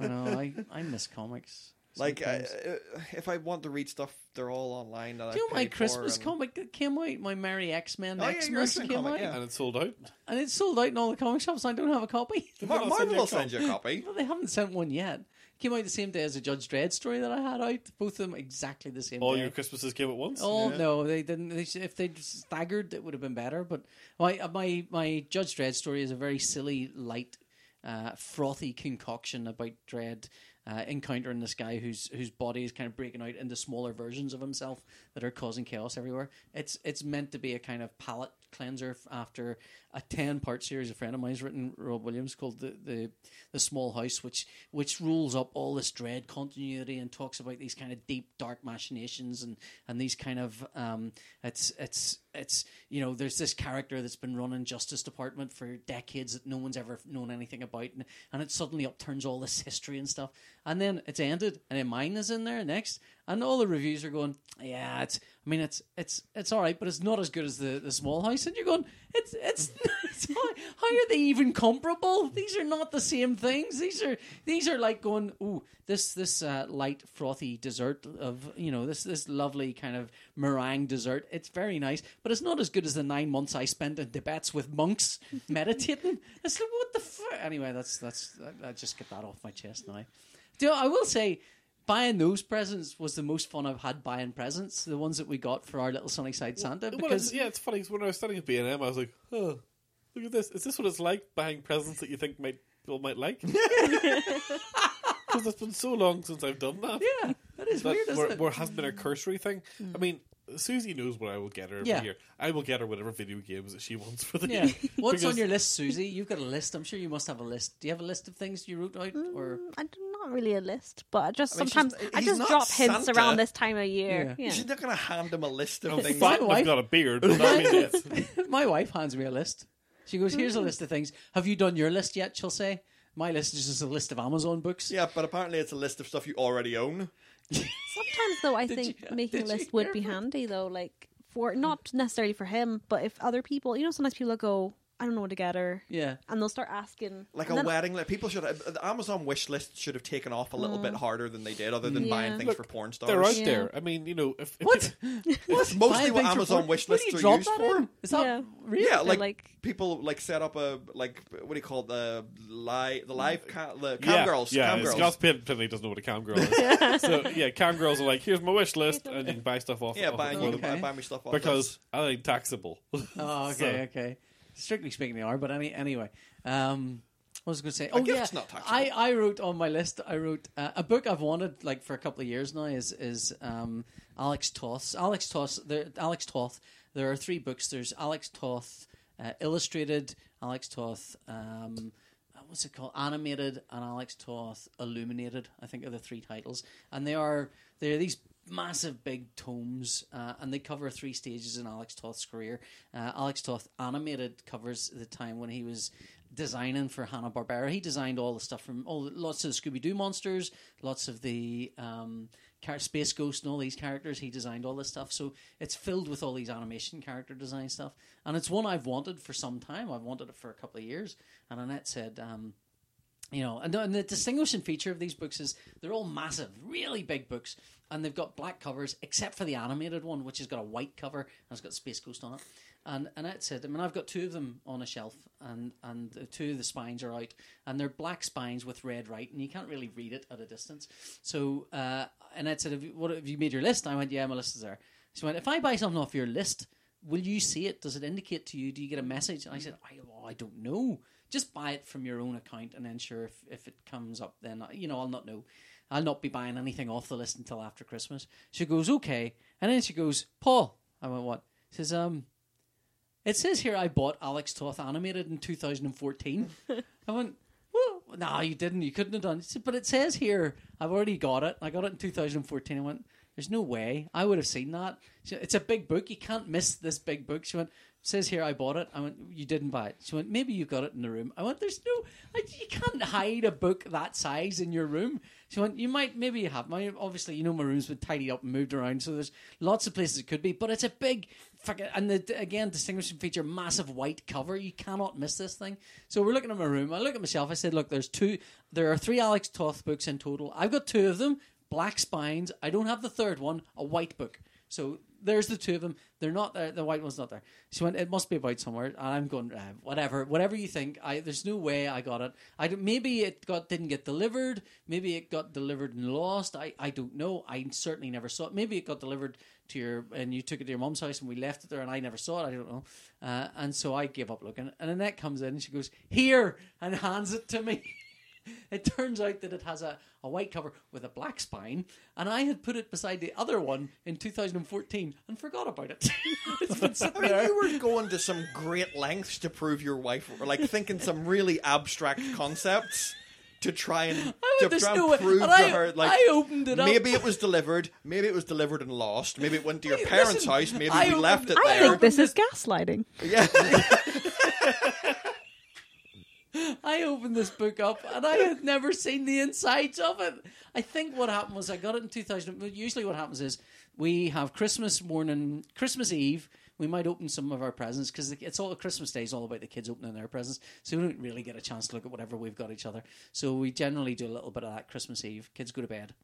A: I know I I miss comics
D: like I,
A: sometimes.
D: uh, if I I want to read stuff, they're all online. That
A: Do you
D: I've
A: know my
D: paid for
A: Christmas
D: and-
A: comic that came out? My Merry X Men
D: Oh, yeah, your
A: Xmas
D: X-Men
A: came
D: comic,
A: out,
D: yeah.
B: and it's sold out.
A: and it's sold out in all the comic shops. and I don't have a copy.
D: Mar-
B: I'll send
D: Marvel
B: you a
D: will send you a copy.
A: No, they haven't sent one yet. It came out the same day as a Judge Dredd story that I had out. Both of them exactly the same.
B: All
A: day.
B: your Christmases came at once?
A: Oh
D: Yeah.
A: no, they didn't. They, sh- if they staggered, it would have been better. But my uh, my my Judge Dredd story is a very silly, light, uh, frothy concoction about Dredd uh, encountering this guy whose whose body is kind of breaking out into smaller versions of himself that are causing chaos everywhere. It's it's meant to be a kind of palate cleanser f- after a ten part series a friend of mine's written, Rob Williams, called the, the the Small House, which which rules up all this dread continuity and talks about these kind of deep dark machinations and and these kind of um it's it's it's you know there's this character that's been running Justice Department for decades that no one's ever known anything about and, and it suddenly upturns all this history and stuff and then it's ended and then mine is in there next and all the reviews are going yeah it's I mean it's it's it's all right but it's not as good as the the Small House and you're going it's it's, it's how, how are they even comparable these are not the same things these are these are like going ooh this this uh, light frothy dessert of you know this this lovely kind of meringue dessert it's very nice but it's not as good as the nine months I spent in Tibet with monks meditating it's like what the f-? anyway that's that's I, I just get that off my chest now do you know, I will say buying those presents was the most fun I've had buying presents the ones that we got for our little Sunnyside Santa
B: Well, it's-
A: because
B: yeah, it's funny 'cause when I was studying at B and M, I was like, "Huh, look at this. Is this what it's like buying presents that you think might people might like?" Because it's been so long since I've done that.
A: yeah that is
B: that
A: weird isn't
B: where,
A: it Mm.
B: where has been a cursory thing. I mean, Susie knows what I will get her every
A: Yeah.
B: year. I will get her whatever video games that she wants for the
A: Yeah.
B: year.
A: What's on
B: Because-
A: your list, Susie? You've got a list. I'm sure you must have a list. Do you have a list of things you wrote out?
D: Uh,
A: Or
C: I'm not really a list, but I just
D: I mean, she's-
C: sometimes I
D: he's
C: just
D: not
C: drop hints
D: Santa.
C: around this time of year. Yeah.
D: She's not gonna hand him a list of things.
A: fine.
B: Fine,
A: wife-
B: I've got a beard, but that means it's-
A: my wife hands me a list. She goes, "Here's
D: Mm.
A: a list of things. Have you done your list yet?" She'll say. My list is just a list of Amazon books.
D: Yeah, but apparently it's a list of stuff you already own.
C: Sometimes though, I think
A: you-
C: making a
A: did you
C: list would
A: hear
C: be handy though, like for not necessarily for him, but if other people, you know, sometimes people will go, I don't know what to get her,
A: Yeah.
C: and they'll start asking,
D: like
C: and
D: a
C: then-
D: wedding like people should uh, the amazon wish list should have taken off a little bit harder than they did other than buying
C: Yeah.
D: things
B: Look,
D: for porn
B: they're out
D: stars
C: Yeah.
B: there. I mean, you know, if, if
A: What?
D: It's mostly
A: Buying
D: what
A: things for
D: amazon
A: porn-
D: wish
A: Where do
D: lists
A: you
D: are
A: drop
D: used
A: that
D: for
A: in? Is that
C: Yeah.
A: real?
D: yeah like,
C: like-
D: people like set up a like what do you call it the live the live ca- the cam
B: yeah,
D: girls
B: yeah,
D: cam
B: it's-
D: girls
B: Scott Pin- Pinley doesn't know what a cam girl is. so yeah, cam girls are like, here's my wish list, and you can buy stuff off.
D: yeah
B: off
D: buying
B: it
D: you
B: for
D: can
B: them.
D: buy,
A: Okay.
D: buy me stuff off
B: because I think taxable.
A: Oh, okay,
B: So-
A: okay. Strictly speaking, they are. But any, anyway, um, what was I going to say? oh,
D: gift's
A: yeah.
D: not taxable.
A: I, I wrote on my list. I wrote uh, a book I've wanted like for a couple of years now. Is is um, Alex Toth? Alex Toth. There, Alex Toth. There are three books. There's Alex Toth uh, illustrated, Alex Toth. Um, uh, what's it called? Animated and Alex Toth Illuminated. I think are the three titles, and they are they are these massive big tomes, uh, and they cover three stages in Alex Toth's career. Uh, Alex Toth Animated covers the time when he was designing for Hanna Barbera. He designed all the stuff from all the, lots of the Scooby Doo monsters, lots of the um, char- Space Ghost, and all these characters. He designed all this stuff, so it's filled with all these animation character design stuff. And it's one I've wanted for some time. I've wanted it for a couple of years. And Annette said. Um, you know, and, and the distinguishing feature of these books is they're all massive, really big books, and they've got black covers, except for the animated one, which has got a white cover and it's got Space Ghost on it. And and that's it. I mean, I've got two of them on a shelf, and and the two of the spines are out, and they're black spines with red writing. You can't really read it at a distance. So, uh, and that's it. Have you, what have you made your list? I went, yeah, my list is there. She went, if I buy something off your list, will you see it? Does it indicate to you? Do you get a message? And I said, I, oh, I don't know. Just buy it from your own account and then sure if, if it comes up, then, uh, you know, I'll not know. I'll not be buying anything off the list until after Christmas. She goes, okay. And then she goes, Paul. I went, what? She says, um, it says here I bought Alex Toth Animated in 2014. I went, well, no, you didn't. You couldn't have done it. But it says here, I've already got it. I got it in 2014. I went, there's no way. I would have seen that. She went, it's a big book. You can't miss this big book. She went, says here, I bought it. I went, you didn't buy it. She went, maybe you got it in the room. I went, there's no, I, you can't hide a book that size in your room. She went, you might, maybe you have. My, obviously, you know, my room's been tidied up and moved around. So there's lots of places it could be. But it's a big, fucking, and the, again, distinguishing feature, massive white cover. You cannot miss this thing. So we're looking at my room. I look at myself. I said, look, there's two, there are three Alex Toth books in total. I've got two of them black spines. I don't have the third one, a white book. So there's the two of them. They're not there. The white one's not there. She went, it must be about somewhere. And I'm going, uh, whatever, whatever you think. I there's no way I got it. I don't- maybe it got didn't get delivered. Maybe it got delivered and lost. I I don't know. I certainly never saw it. Maybe it got delivered to your and you took it to your mom's house and we left it there and I never saw it. I don't know. Uh, and so I gave up looking. And Annette comes in and she goes, here, and hands it to me. It turns out that it has a, a white cover with a black spine, and I had put it beside the other one in 2014 and forgot about it. it's been sitting
D: I mean,
A: there.
D: you were going to some great lengths to prove your wife, or like thinking some really abstract concepts to try and,
A: I
D: to
A: went, "There's
D: try
A: no way."
D: and prove
A: And
D: to
A: I-
D: her. Like,
A: I opened it up.
D: Maybe it was delivered. Maybe it was delivered and lost. Maybe it went to your
A: Hey,
D: parents'
A: listen,
D: house. Maybe
A: I
D: we left it
A: opened-
C: I
D: there.
C: think this is gaslighting.
D: yeah.
A: I opened this book up and I had never seen the insides of it. I think what happened was I got it in 2000. but Usually, what happens is we have Christmas morning, Christmas Eve. We might open some of our presents because it's all Christmas Day is all about the kids opening their presents, so we don't really get a chance to look at whatever we've got each other. So we generally do a little bit of that Christmas Eve. Kids go to bed.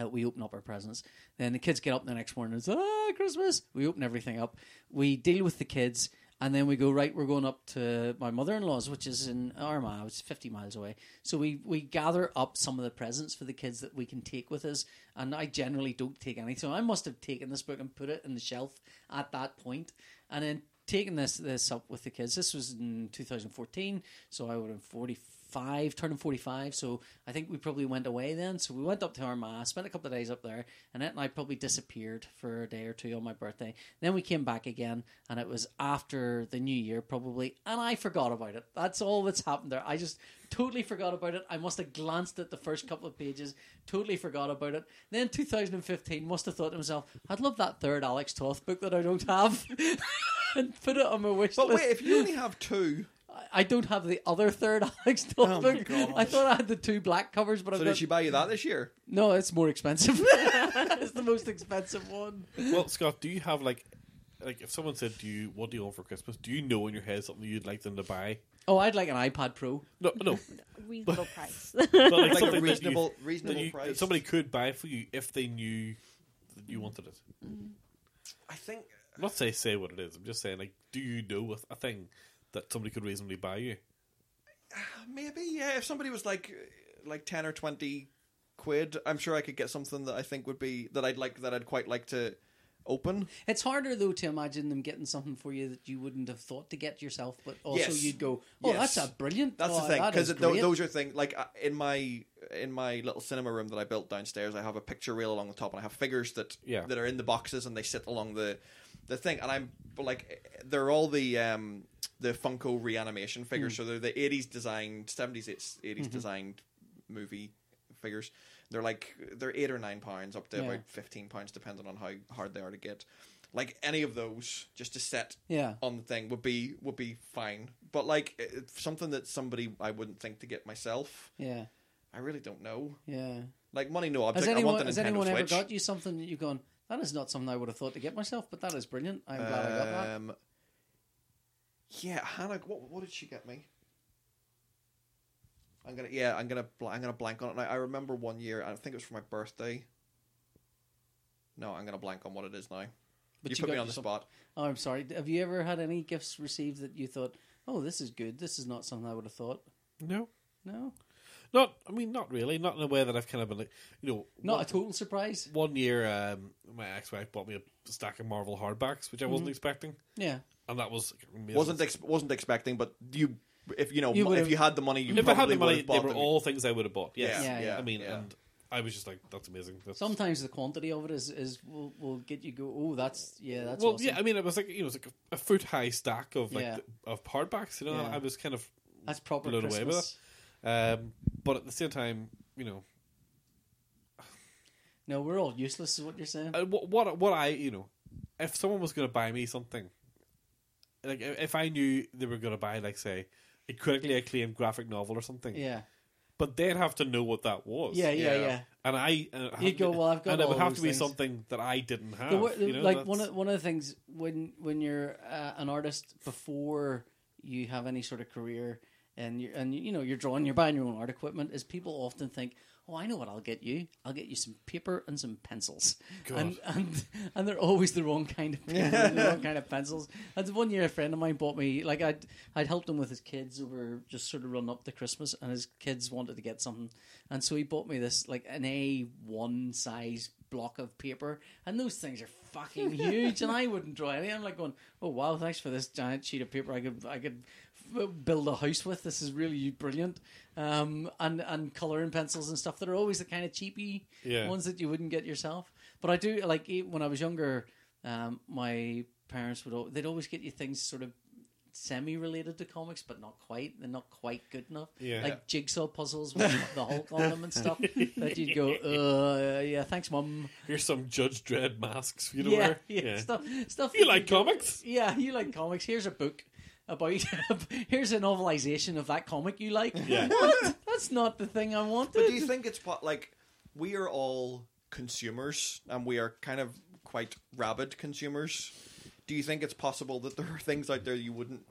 A: Uh, we open up our presents. Then the kids get up the next morning and it's, ah, Christmas. We open everything up. We deal with the kids. And then we go, right, we're going up to my mother in law's, which is in Armagh, which is 50 miles away. So we, we gather up some of the presents for the kids that we can take with us. And I generally don't take any. So I must have taken this book and put it in the shelf at that point. And then taking this this up with the kids. This was in 2014, so I would have 45, turning 45. So I think we probably went away then. So we went up to Armagh, spent a couple of days up there, and Annette and I probably disappeared for a day or two on my birthday. Then we came back again, and it was after the new year probably, and I forgot about it. That's all that's happened there. I just totally forgot about it. I must have glanced at the first couple of pages, totally forgot about it. Then 2015 must have thought to myself, I'd love that third Alex Toth book that I don't have. and put it on my wish
D: But
A: list.
D: wait, if you only have two,
A: I- I don't have the other third Alex
D: Oh my
A: Toth book.
D: gosh.
A: I thought I had the two black covers, but
D: so
A: I've
D: did
A: got...
D: she buy you that this year?
A: no. It's more expensive. it's the most expensive one.
B: Well, Scott, do you have like, like if someone said, "Do you what do you want for Christmas?" Do you know in your head something you'd like them to buy?
A: Oh, I'd like an iPad Pro.
B: No, no,
C: Reasonable price.
B: but like,
D: Like a
B: something that you-
D: reasonable,
B: that
D: reasonable
B: you- that
D: price.
B: somebody could buy for you if they knew that you wanted it.
D: I think
B: I'm not say say what it is. I'm just saying, like, do you know a- a thing that somebody could reasonably buy you?
D: maybe yeah. If somebody was like like ten or twenty quid, I'm sure I could get something that I think would be that I'd like that I'd quite like to open.
A: It's harder though to imagine them getting something for you that you wouldn't have thought to get yourself, but also
D: Yes.
A: you'd go, "Oh,
D: Yes.
A: that's a brilliant."
D: That's
A: oh,
D: the thing
A: that
D: because
A: is
D: th-
A: great."
D: those are things like uh, in my in my little cinema room that I built downstairs. I have a picture reel along the top, and I have figures that
B: Yeah.
D: that are in the boxes, and they sit along the the thing, and I'm but, like, they're all the um, the Funko reanimation figures.
A: Mm.
D: So they're the '80s designed, '70s, '80s
A: Mm-hmm.
D: designed movie figures. They're like they're eight or nine pounds, up to
A: Yeah.
D: about fifteen pounds, depending on how hard they are to get. Like any of those, just to set
A: Yeah.
D: on the thing would be would be fine. But like it- it's something that somebody I wouldn't think to get myself,
A: Yeah.
D: I really don't know.
A: Yeah.
D: Like money, no
A: Has
D: object. I
A: anyone
D: want the
A: has
D: Nintendo
A: anyone ever
D: Switch.
A: got you something that you've gone? That is not something I would have thought to get myself, but that is brilliant. I'm glad I got that.
D: Um, Yeah, Hannah, what what did she get me? I'm gonna yeah, I'm gonna bl- I'm gonna blank on it. Now. I remember one year, I think it was for my birthday. No, I'm gonna blank on what it is now.
A: But
D: you,
A: you
D: put me
A: got
D: on the
A: yourself-
D: spot.
A: Oh, I'm sorry. Have you ever had any gifts received that you thought, "Oh, this is good. This is not something I would have thought."
B: No.
A: No,
B: Not, I mean, not really. Not in a way that I've kind of been like, you know,
A: not
B: one,
A: a total surprise.
B: one year, um, my ex-wife bought me a stack of Marvel hardbacks, which I wasn't expecting,
A: Yeah,
B: and that was amazing.
D: Mm-hmm. wasn't ex- wasn't expecting, but you if you know
A: You
D: mo-
A: would've-
D: if you had the money, you
B: if I
D: probably
B: had the money,
D: would've
B: they
D: bought
B: were
D: them.
B: all things I would have bought. Yes.
A: Yeah, yeah,
B: I mean,
D: yeah.
B: and I was just like, that's amazing. That's,
A: sometimes the quantity of it is is will will get you go. Oh, that's yeah, that's
B: well,
A: awesome.
B: yeah. I mean, it was like you know, it's like a, a foot high stack of like
A: Yeah.
B: th- of hardbacks. You know,
A: Yeah.
B: I was kind of
A: that's proper
B: blown
A: Christmas.
B: away with that. Um, but at the same time, you know,
A: No, we're all useless, is what you're saying.
B: uh, what, what what I you know, if someone was going to buy me something, like i- if I knew they were going to buy, like say, a critically acclaimed graphic novel or something,
A: yeah.
B: but they'd have to know what that was.
A: yeah, yeah,
D: yeah.
A: yeah.
B: And I, and it
A: You'd go, well, I've got
B: and it
A: all
B: would have
A: those
B: to be
A: things.
B: something that I didn't have.
A: The wor-
B: you know,
A: like
B: that's-
A: one of one of the things when when you're uh, an artist before you have any sort of career and you and you know you're drawing, you're buying your own art equipment, is people often think, "Oh, I know what I'll get you. I'll get you some paper and some pencils." And and and they're always the wrong kind of paper and the wrong kind of pencils. And one year, a friend of mine bought me like I'd I'd helped him with his kids over just sort of run up to Christmas, and his kids wanted to get something, and so he bought me this like an A one size block of paper, and those things are fucking huge, and I wouldn't draw any. I'm like going, oh wow, thanks for this giant sheet of paper. I could I could f- build a house with. This is really brilliant. Um, and and coloring pencils and stuff that are always the kind of cheapy
B: Yeah.
A: ones that you wouldn't get yourself. But I do like e- when I was younger, um, my parents would al- they'd always get you things sort of semi-related to comics, but not quite. They're not quite good enough.
B: Yeah.
A: Like jigsaw puzzles with the Hulk on them and stuff. that you'd go, uh, yeah, thanks, mum.
B: here's some Judge Dredd masks. You know
A: Yeah,
B: where?
A: yeah, stuff, stuff.
B: You
A: that
B: like
A: go-
B: comics?
A: Yeah, you like comics. Here's a book about. here's a novelization of that comic you like.
B: Yeah.
A: What? That's not the thing I wanted.
D: But do you think it's po- like we are all consumers and we are kind of quite rabid consumers? Do you think it's possible that there are things out there you wouldn't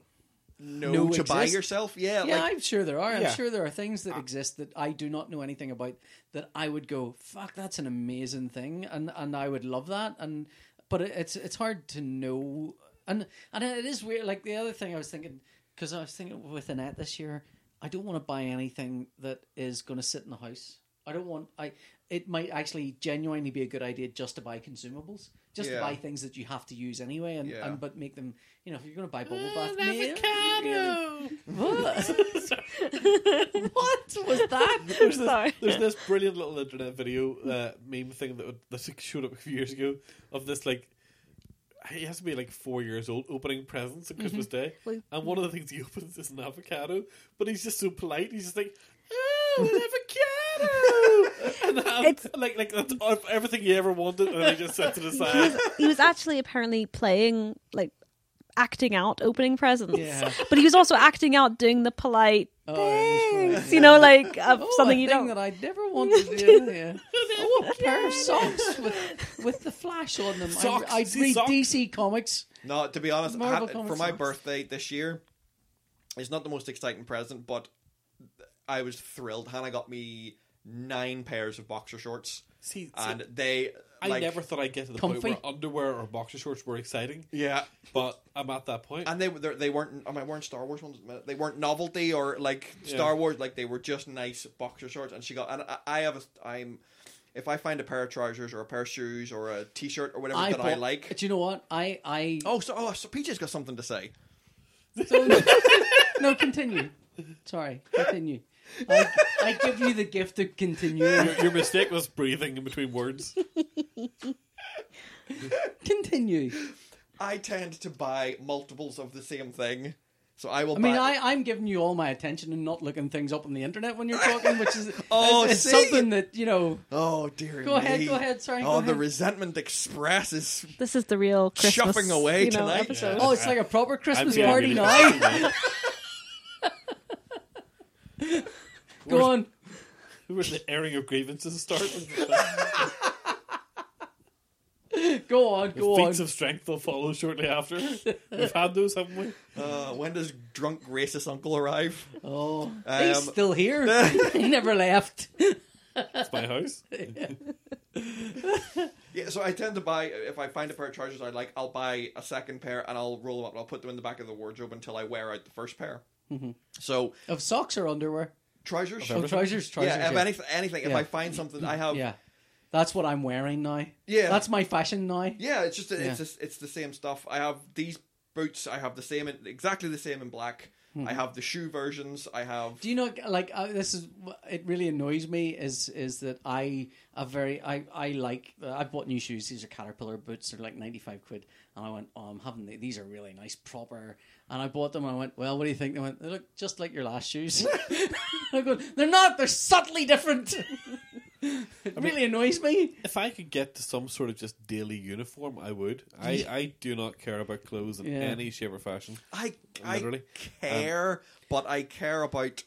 D: know
A: Know
D: to buy
A: exist?
D: yourself? Yeah,
A: yeah,
D: like Uh,
A: I'm sure there are.
B: Yeah.
A: I'm sure there are things that exist that I do not know anything about that I would go, "Fuck, that's an amazing thing," and and I would love that. And but it, it's it's hard to know, and and it is weird. Like the other thing I was thinking, because I was thinking with Annette this year, I don't want to buy anything that is going to sit in the house. I don't want. I it might actually genuinely be a good idea just to buy consumables, just
D: Yeah.
A: to buy things that you have to use anyway, and,
D: Yeah. Mm,
A: and but make them. You know, if you're going to buy bubble bath, maybe- really- what? what was that?
B: There's this,
C: Sorry.
B: there's this brilliant little internet video uh, meme thing that would, that showed up a few years ago of this like he has to be like four years old opening presents on Christmas Day,
C: Like-
B: and one of the things he opens is an avocado, but he's just so polite. He's just like. Oh, an avocado! and, um,
C: It's-
B: like, like that's all- everything he ever wanted, and he just sets it aside.
C: he was actually apparently playing like acting out opening presents
A: Yeah.
C: but he was also acting out doing the polite
A: Oh,
C: things you know like of
A: Oh,
C: something
A: a
C: you
A: thing
C: don't
A: that I never wanted to do. Yeah. Oh, a pair of socks with, with the flash on them.
B: Socks,
A: I, I
B: see
A: read
B: socks?
A: DC comics.
D: no. To be honest, I
A: Marvel
D: had-
A: Comics
D: for my
A: sucks.
D: birthday this year, it's not the most exciting present, but I was thrilled. Hannah got me nine pairs of boxer shorts,
B: See, see,
D: and they.
B: I
D: like,
B: never thought I'd get to the
A: Comfy.
B: point where underwear or boxer shorts were exciting,
D: Yeah,
B: but I'm at that point.
D: and they they're- they weren't. I mean, weren't Star Wars ones. They weren't novelty or like Star Wars. Like they were just nice boxer shorts. And she got. And I, I have a. I'm. If I find a pair of trousers or a pair of shoes or a t-shirt or whatever that I
A: bought-
D: like.
A: Do you know what? I I
D: Oh, so oh, so PJ's got something to say.
A: no continue. Sorry, continue. I, I give you the gift of continuing.
B: your, your mistake was breathing in between words.
A: Continue.
D: I tend to buy multiples of the same thing, so I will.
A: I mean,
D: buy...
A: I, I'm giving you all my attention and not looking things up on the internet when you're talking, which is
D: Oh,
A: it's,
D: see?
A: it's something that you know.
D: Oh dear.
A: Go ahead,
D: me.
A: go ahead, sorry,
D: Oh,
A: go
D: the
A: ahead.
D: resentment express is
C: This is the real Christmas.
D: Shuffling away
C: you know,
D: tonight.
C: episode.
A: Oh, it's like a proper Christmas
B: feeling
A: party
B: really
A: now.
B: bad tonight.
A: Go on.
B: Where's the airing of grievances start?
A: Go on, go on.
B: Feats of strength will follow shortly after. We've had those, haven't we?
D: Uh, when does drunk racist uncle arrive?
A: Oh,
D: Um,
A: he's still here. he never left.
B: It's my house.
D: Yeah, so I tend to buy if I find a pair of trousers I like, I'll buy a second pair and I'll roll them up and I'll put them in the back of the wardrobe until I wear out the first pair. So
A: Of socks or underwear?
D: trousers,
A: Mm-hmm. Oh, trousers, trousers.
D: yeah,
A: Yeah,
D: if anything, anything, if
A: Yeah.
D: I find something, I have.
A: Yeah. that's what I'm wearing now.
D: Yeah.
A: that's my fashion now.
D: Yeah, it's just
A: Yeah.
D: it's just, it's the same stuff. I have these boots. I have the same, in, exactly the same in black.
A: Hmm.
D: I have the shoe versions. I have.
A: Do you know? Like uh, this is it really annoys me is is that I a very I I like uh, I bought new shoes. These are Caterpillar boots. They're like ninety five quid, and I went, oh, I'm having the, these are really nice, proper. And I bought them. and I went, well, what do you think? They went, they look just like your last shoes. I go, they're not. They're subtly different. it really annoys me.
B: If I could get to some sort of just daily uniform, I would. I, I do not care about clothes in
A: Yeah.
B: any shape or fashion.
D: I I
B: Literally.
D: care, but I care about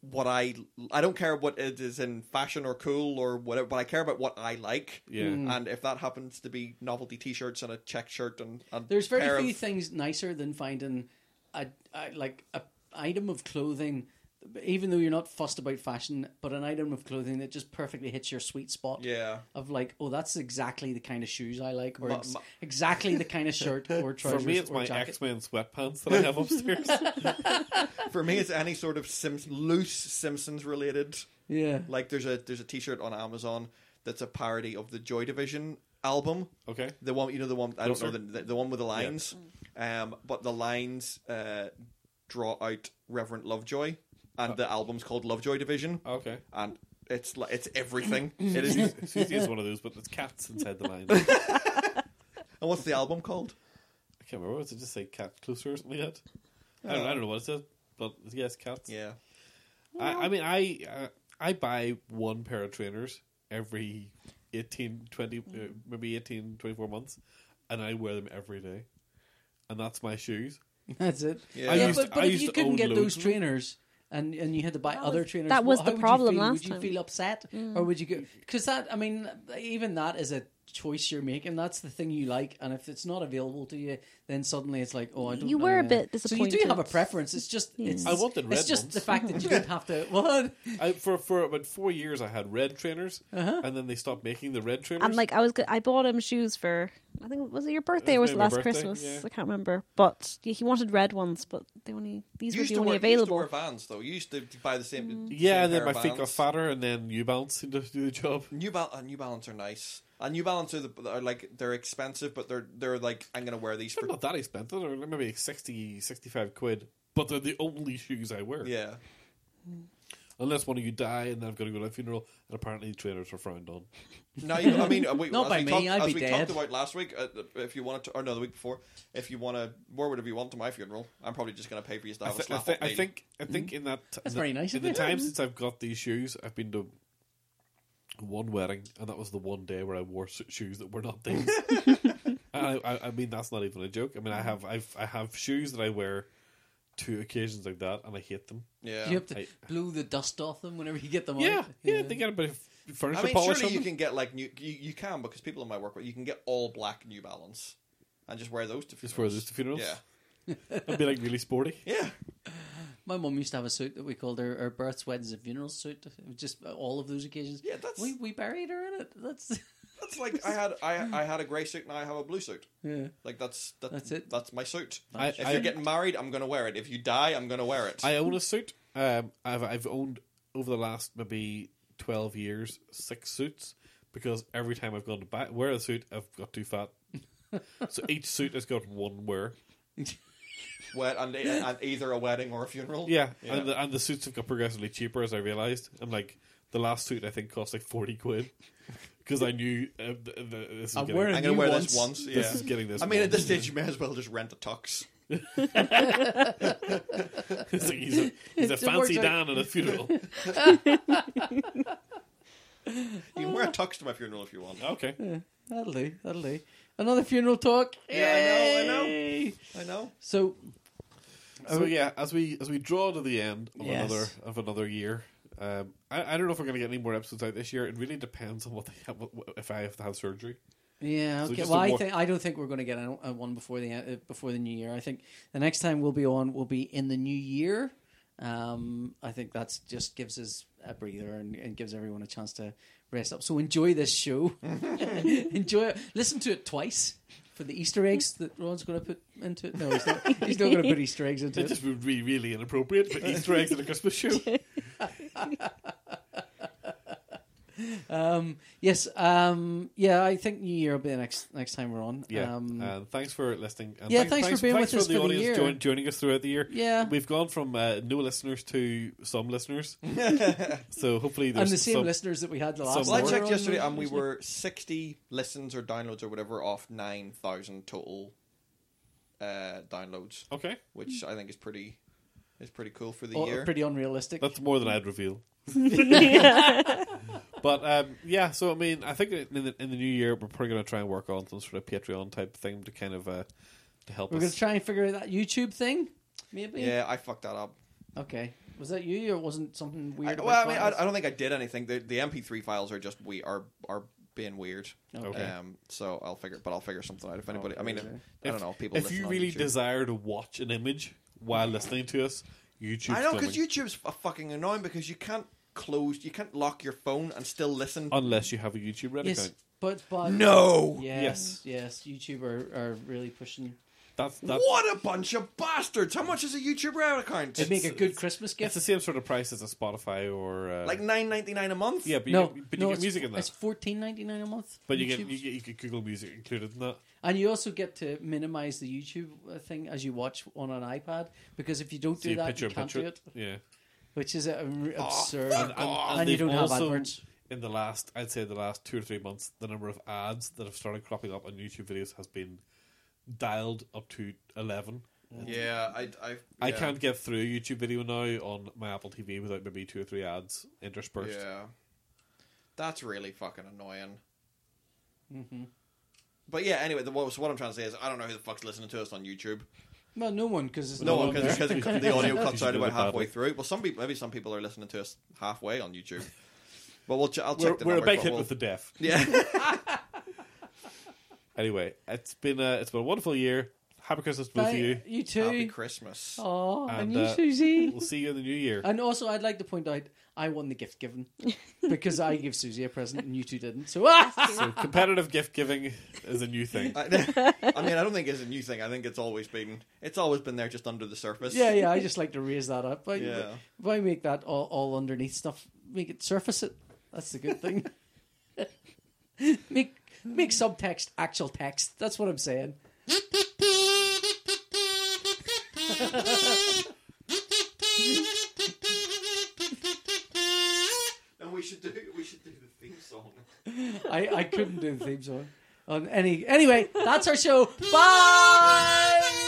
D: what I I don't care what it is in fashion or cool or whatever, but I care about what I like.
B: Yeah. Mm.
D: and if that happens to be novelty T-shirts and a check shirt and a
A: There's very
D: pair
A: few
D: of,
A: things nicer than finding a, a like a item of clothing, even though you're not fussed about fashion, but an item of clothing that just perfectly hits your sweet spot.
D: yeah.
A: Of like, oh, that's exactly the kind of shoes I like, or
D: Ma-
A: ex-
D: ma-
A: exactly the kind of shirt or
B: For
A: trousers
B: me, it's
A: or
B: my
A: jacket.
B: X Men sweatpants that I have upstairs.
D: For me, it's any sort of Sims- loose Simpsons related.
A: yeah,
D: Like there's a there's a T-shirt on Amazon that's a parody of the Joy Division album.
B: okay.
D: The one you know the one I don't
B: Closer?
D: know the, the the one with the lines, um, but the lines uh, draw out Reverend Lovejoy, and
B: Uh.
D: the album's called Lovejoy Division,
B: Okay.
D: and it's like it's everything. it is. And
B: Susie is one of those, but it's cats inside the line. I
D: what's the album called?
B: can't remember. Does it just say cat closer or something like that? I don't, I don't know what it says, but yes, cats.
D: Yeah,
B: I, I mean, I uh, I buy one pair of trainers every 18, 20, uh, maybe 18, 24 months, and I wear them every day. And that's my shoes.
A: that's it.
D: Yeah. I
A: yeah
B: used
A: but,
B: to-
A: but
B: I
A: if
B: used
A: you
B: to
A: couldn't
B: own
A: get
B: loads
A: those
B: of them.
A: trainers. And, and you had to buy
C: That
A: other
C: was-
A: trainers.
C: that
A: wh-
C: was
A: how
C: the
A: would you
C: problem
A: feel?
C: last
A: Would you
C: time. Mm.
A: feel upset, or would you go? Because that, I mean, even that is a choice you're making. That's the thing you like, and if it's not available to you, then suddenly it's like, oh, I don't.
C: You
A: know,
C: were a
A: yeah.
C: bit
A: So you
C: disappointed.
A: do have a preference. It's just, it's,
B: I wanted red
A: It's just
B: ones.
A: the fact that you don't have to. What?
B: I, for for about four years, I had red trainers, and then they stopped making the red trainers.
C: And like I was, go- I bought him shoes for I think was it your birthday or was
B: was
C: it
B: my
C: last
B: birthday,
C: Christmas?
B: yeah.
C: I can't remember. But yeah, he wanted red ones, but they only these
D: you
C: were
D: used
C: the
D: to
C: only
D: wear you used to
C: available.
D: wear Vans though. You used to buy the same.
B: yeah,
D: same
B: and then my
D: pair of
B: feet got
D: Vans.
B: fatter, and then New Balance seemed to do the job.
D: New, Bal- uh, New Balance are nice. And New Balance are, the, are like they're expensive, but they're they're like I'm gonna wear these
B: They're
D: for
B: not that expensive. They're maybe 60, 65 quid, but they're the only shoes I wear.
D: yeah.
B: Unless one of you die, and then I've got to go to a funeral, and apparently trainers are frowned on.
D: No, you, I mean, uh, we,
A: Not
D: as
A: by
D: we
A: me,
D: Talked,
A: I'd
D: as
A: be
D: we
A: dead.
D: talked about last week, uh, if you wanted to, or no, the week before, if you want to wear whatever you want to my funeral, I'm probably just going to pay for you to
B: I,
D: have a
B: th- I,
D: slap
B: thi-
D: up
B: I
D: lady.
B: think I think
D: Mm-hmm.
B: in that in the-
A: very nice
B: In
A: of
B: the
A: you.
B: time since I've got these shoes, I've been to one wedding, and that was the one day where I wore s- shoes that were not these. and I, I, I mean, that's not even a joke. I mean,
A: Mm.
B: I have I've, I have shoes that I wear to occasions like that, and I hate them.
D: Yeah.
A: You have to
B: I-
A: blow the dust off them whenever you get them.
B: Yeah,
A: out.
B: yeah, they get a bit of furniture
D: I mean,
B: polish
D: surely
B: on
D: you
B: them.
D: can get like new. You, you can because people in my work, you can get all black New Balance and just wear those to funerals.
B: Just wear those to funerals.
D: Yeah,
B: I'd be like really sporty.
D: yeah.
A: My mum used to have a suit that we called her, her births, weddings, and funerals suit. It was Just all of those occasions.
D: Yeah, that's-
A: we we buried her in it. That's
D: That's like I had I I had a grey suit and I have a blue suit.
A: yeah.
D: Like that's that,
A: That's it.
D: That's my suit.
B: I-
D: if
B: I-
D: you're getting married, I'm going to wear it. If you die, I'm going to wear it.
B: I own a suit. Um, I've I've owned over the last maybe twelve years six suits because every time I've gone to buy, wear a suit, I've got too fat. so each suit has got one wear.
D: Wed- and, and either a wedding or a funeral.
B: Yeah, and the, and the suits have got progressively cheaper as I realised. And like the last suit I think cost like forty quid because I knew uh, th- th- this is
A: I'm
B: getting,
A: wearing-
D: I'm gonna
A: You
D: wear
A: once-
D: this once. Yeah.
B: this is getting this.
D: I mean, at
B: wrong.
D: this stage, you may as well just rent a tux.
B: It's like he's a, he's a
A: It works
B: fancy
A: out.
B: Dan at a funeral.
D: You can wear a tux to my funeral if you want.
B: Okay,
A: That'll do. That'll do. Another funeral talk.
D: Yeah, I know, I know.
A: Yay!
D: I know.
A: So
B: so yeah, as we as we draw to the end of
A: Oh. Yes.
B: another of another year, um, I, I don't know if we're going to get any more episodes out this year. It really depends on what they have, if I have to have surgery.
A: yeah,
B: So
A: okay.
B: just
A: well,
B: a
A: I
B: wa-
A: think I don't think we're going to get a, a one before the uh, before the new year. I think the next time we'll be on will be in the new year. Um, I think that's just gives us a breather and, and gives everyone a chance to rest up. So enjoy this show. enjoy it. Listen to it twice for the Easter eggs that Ron's going to put into it. No, he's not. He's not going to put Easter eggs into
B: It
A: it.
B: just would be really inappropriate for Easter eggs at a Christmas show.
A: Um, yes. Um, yeah, I think New Year will be the next next time we're on.
B: Yeah.
A: Um,
B: uh, thanks for listening. And
A: yeah, thanks for being with us for
B: the
A: the
B: audience
A: year.
B: Join, joining us throughout the year.
A: yeah.
B: We've gone from uh, no listeners to some listeners. so hopefully there's
A: and the same
B: some,
A: listeners that we had the
B: some
A: last.
B: So
D: Well, I
B: we're
D: checked
A: on
D: yesterday,
A: the-
D: and we were sixty listens or downloads or whatever off nine thousand total uh, downloads,
B: Okay,
D: which I think is pretty is pretty cool for the
A: Oh,
D: year.
A: pretty unrealistic.
B: that's more than I'd reveal. But um, yeah, so I mean, I think in the, in the new year we're probably going to try and work on some sort of Patreon type thing to kind of uh, to help
A: we're going
B: us.
A: to try and figure out that YouTube thing, maybe.
D: yeah, I fucked that up.
A: Okay. Was that you, or wasn't something
D: I,
A: weird? about
D: well, I mean, I,
A: files?
D: I don't think I did anything. The, the MP3 files are just we are are being weird.
B: Okay. Oh,
D: Um, so I'll figure, but I'll figure something out if anybody. I mean, if,
A: okay.
D: I don't know. People,
B: if
D: listen
B: you
D: on
B: really
D: YouTube.
B: desire to watch an image while listening to us, YouTube.
D: I know because YouTube's f- fucking annoying because you can't close, you can't lock your phone and still listen.
B: unless you have a YouTube Red
A: yes,
B: account.
A: but but
D: no,
A: Yes, yes. YouTube are, are really pushing.
B: That's that.
D: what a bunch of bastards! How much is a YouTube Red account?
A: They make a good
B: it's-
A: Christmas
B: It's
A: gift.
B: the same sort of price as a Spotify or uh,
D: like nine ninety nine a month.
B: yeah, but you
A: no,
B: get, but
A: no,
B: you get
A: it's-
B: music in that.
A: It's fourteen ninety nine a month.
B: But you get,
A: YouTube.
B: you get you get Google Music included in that.
A: And you also get to minimize the YouTube uh, thing as you watch on an iPad because if you don't
B: So
A: do
B: you
A: that,
B: picture
A: you
B: in
A: can't
B: picture Oh,
A: do
B: it.
A: it,
B: Yeah.
A: which is uh, r- absurd.
B: And,
A: And,
B: and, and
A: you
B: they've
A: don't have
B: also,
A: adverts.
B: In the last, I'd say the last two or three months, the number of ads that have started cropping up on YouTube videos has been dialed up to eleven.
D: yeah. I, I,
B: I
D: yeah.
B: can't get through a YouTube video now on my Apple TV without maybe two or three ads interspersed.
D: Yeah, that's really fucking annoying.
A: Mm-hmm.
D: But yeah, anyway, the, what, so what I'm trying to say is I don't know who the fuck's listening to us on YouTube.
A: Well, no one because it's
D: No
A: not
D: one,
A: on there.
D: because the audio cuts
B: You
D: out
B: do
D: about
B: the bad
D: halfway
B: bit.
D: through. Well, some people, maybe some people are listening to us halfway on YouTube. But we'll ch- I'll
B: We're,
D: check the
B: we're a
D: number,
B: big
D: but
B: hit
D: we'll-
B: with the deaf.
D: Yeah.
B: Anyway, it's been a, it's been a wonderful year. Happy Christmas to both of
A: Bye.
B: you.
A: You
D: Happy
A: too.
D: Christmas.
A: Oh, and,
B: And,
A: you,
B: uh,
A: Susie.
B: We'll see you in the new year.
A: And also, I'd like to point out I won the gift given because I gave Susie a present and you two didn't. So, ah!
B: So competitive gift giving is a new thing.
D: I, I mean, I don't think it's a new thing. I think it's always been it's always been there, just under the surface.
A: yeah, yeah. I just like to raise that up. Why,
D: Yeah.
A: why make that all, all underneath stuff? Make it surface it. That's the good thing. make make subtext actual text. That's what I'm saying.
D: And we should do we should do the theme song.
A: I, I couldn't do the theme song on any. Anyway, that's our show. Bye.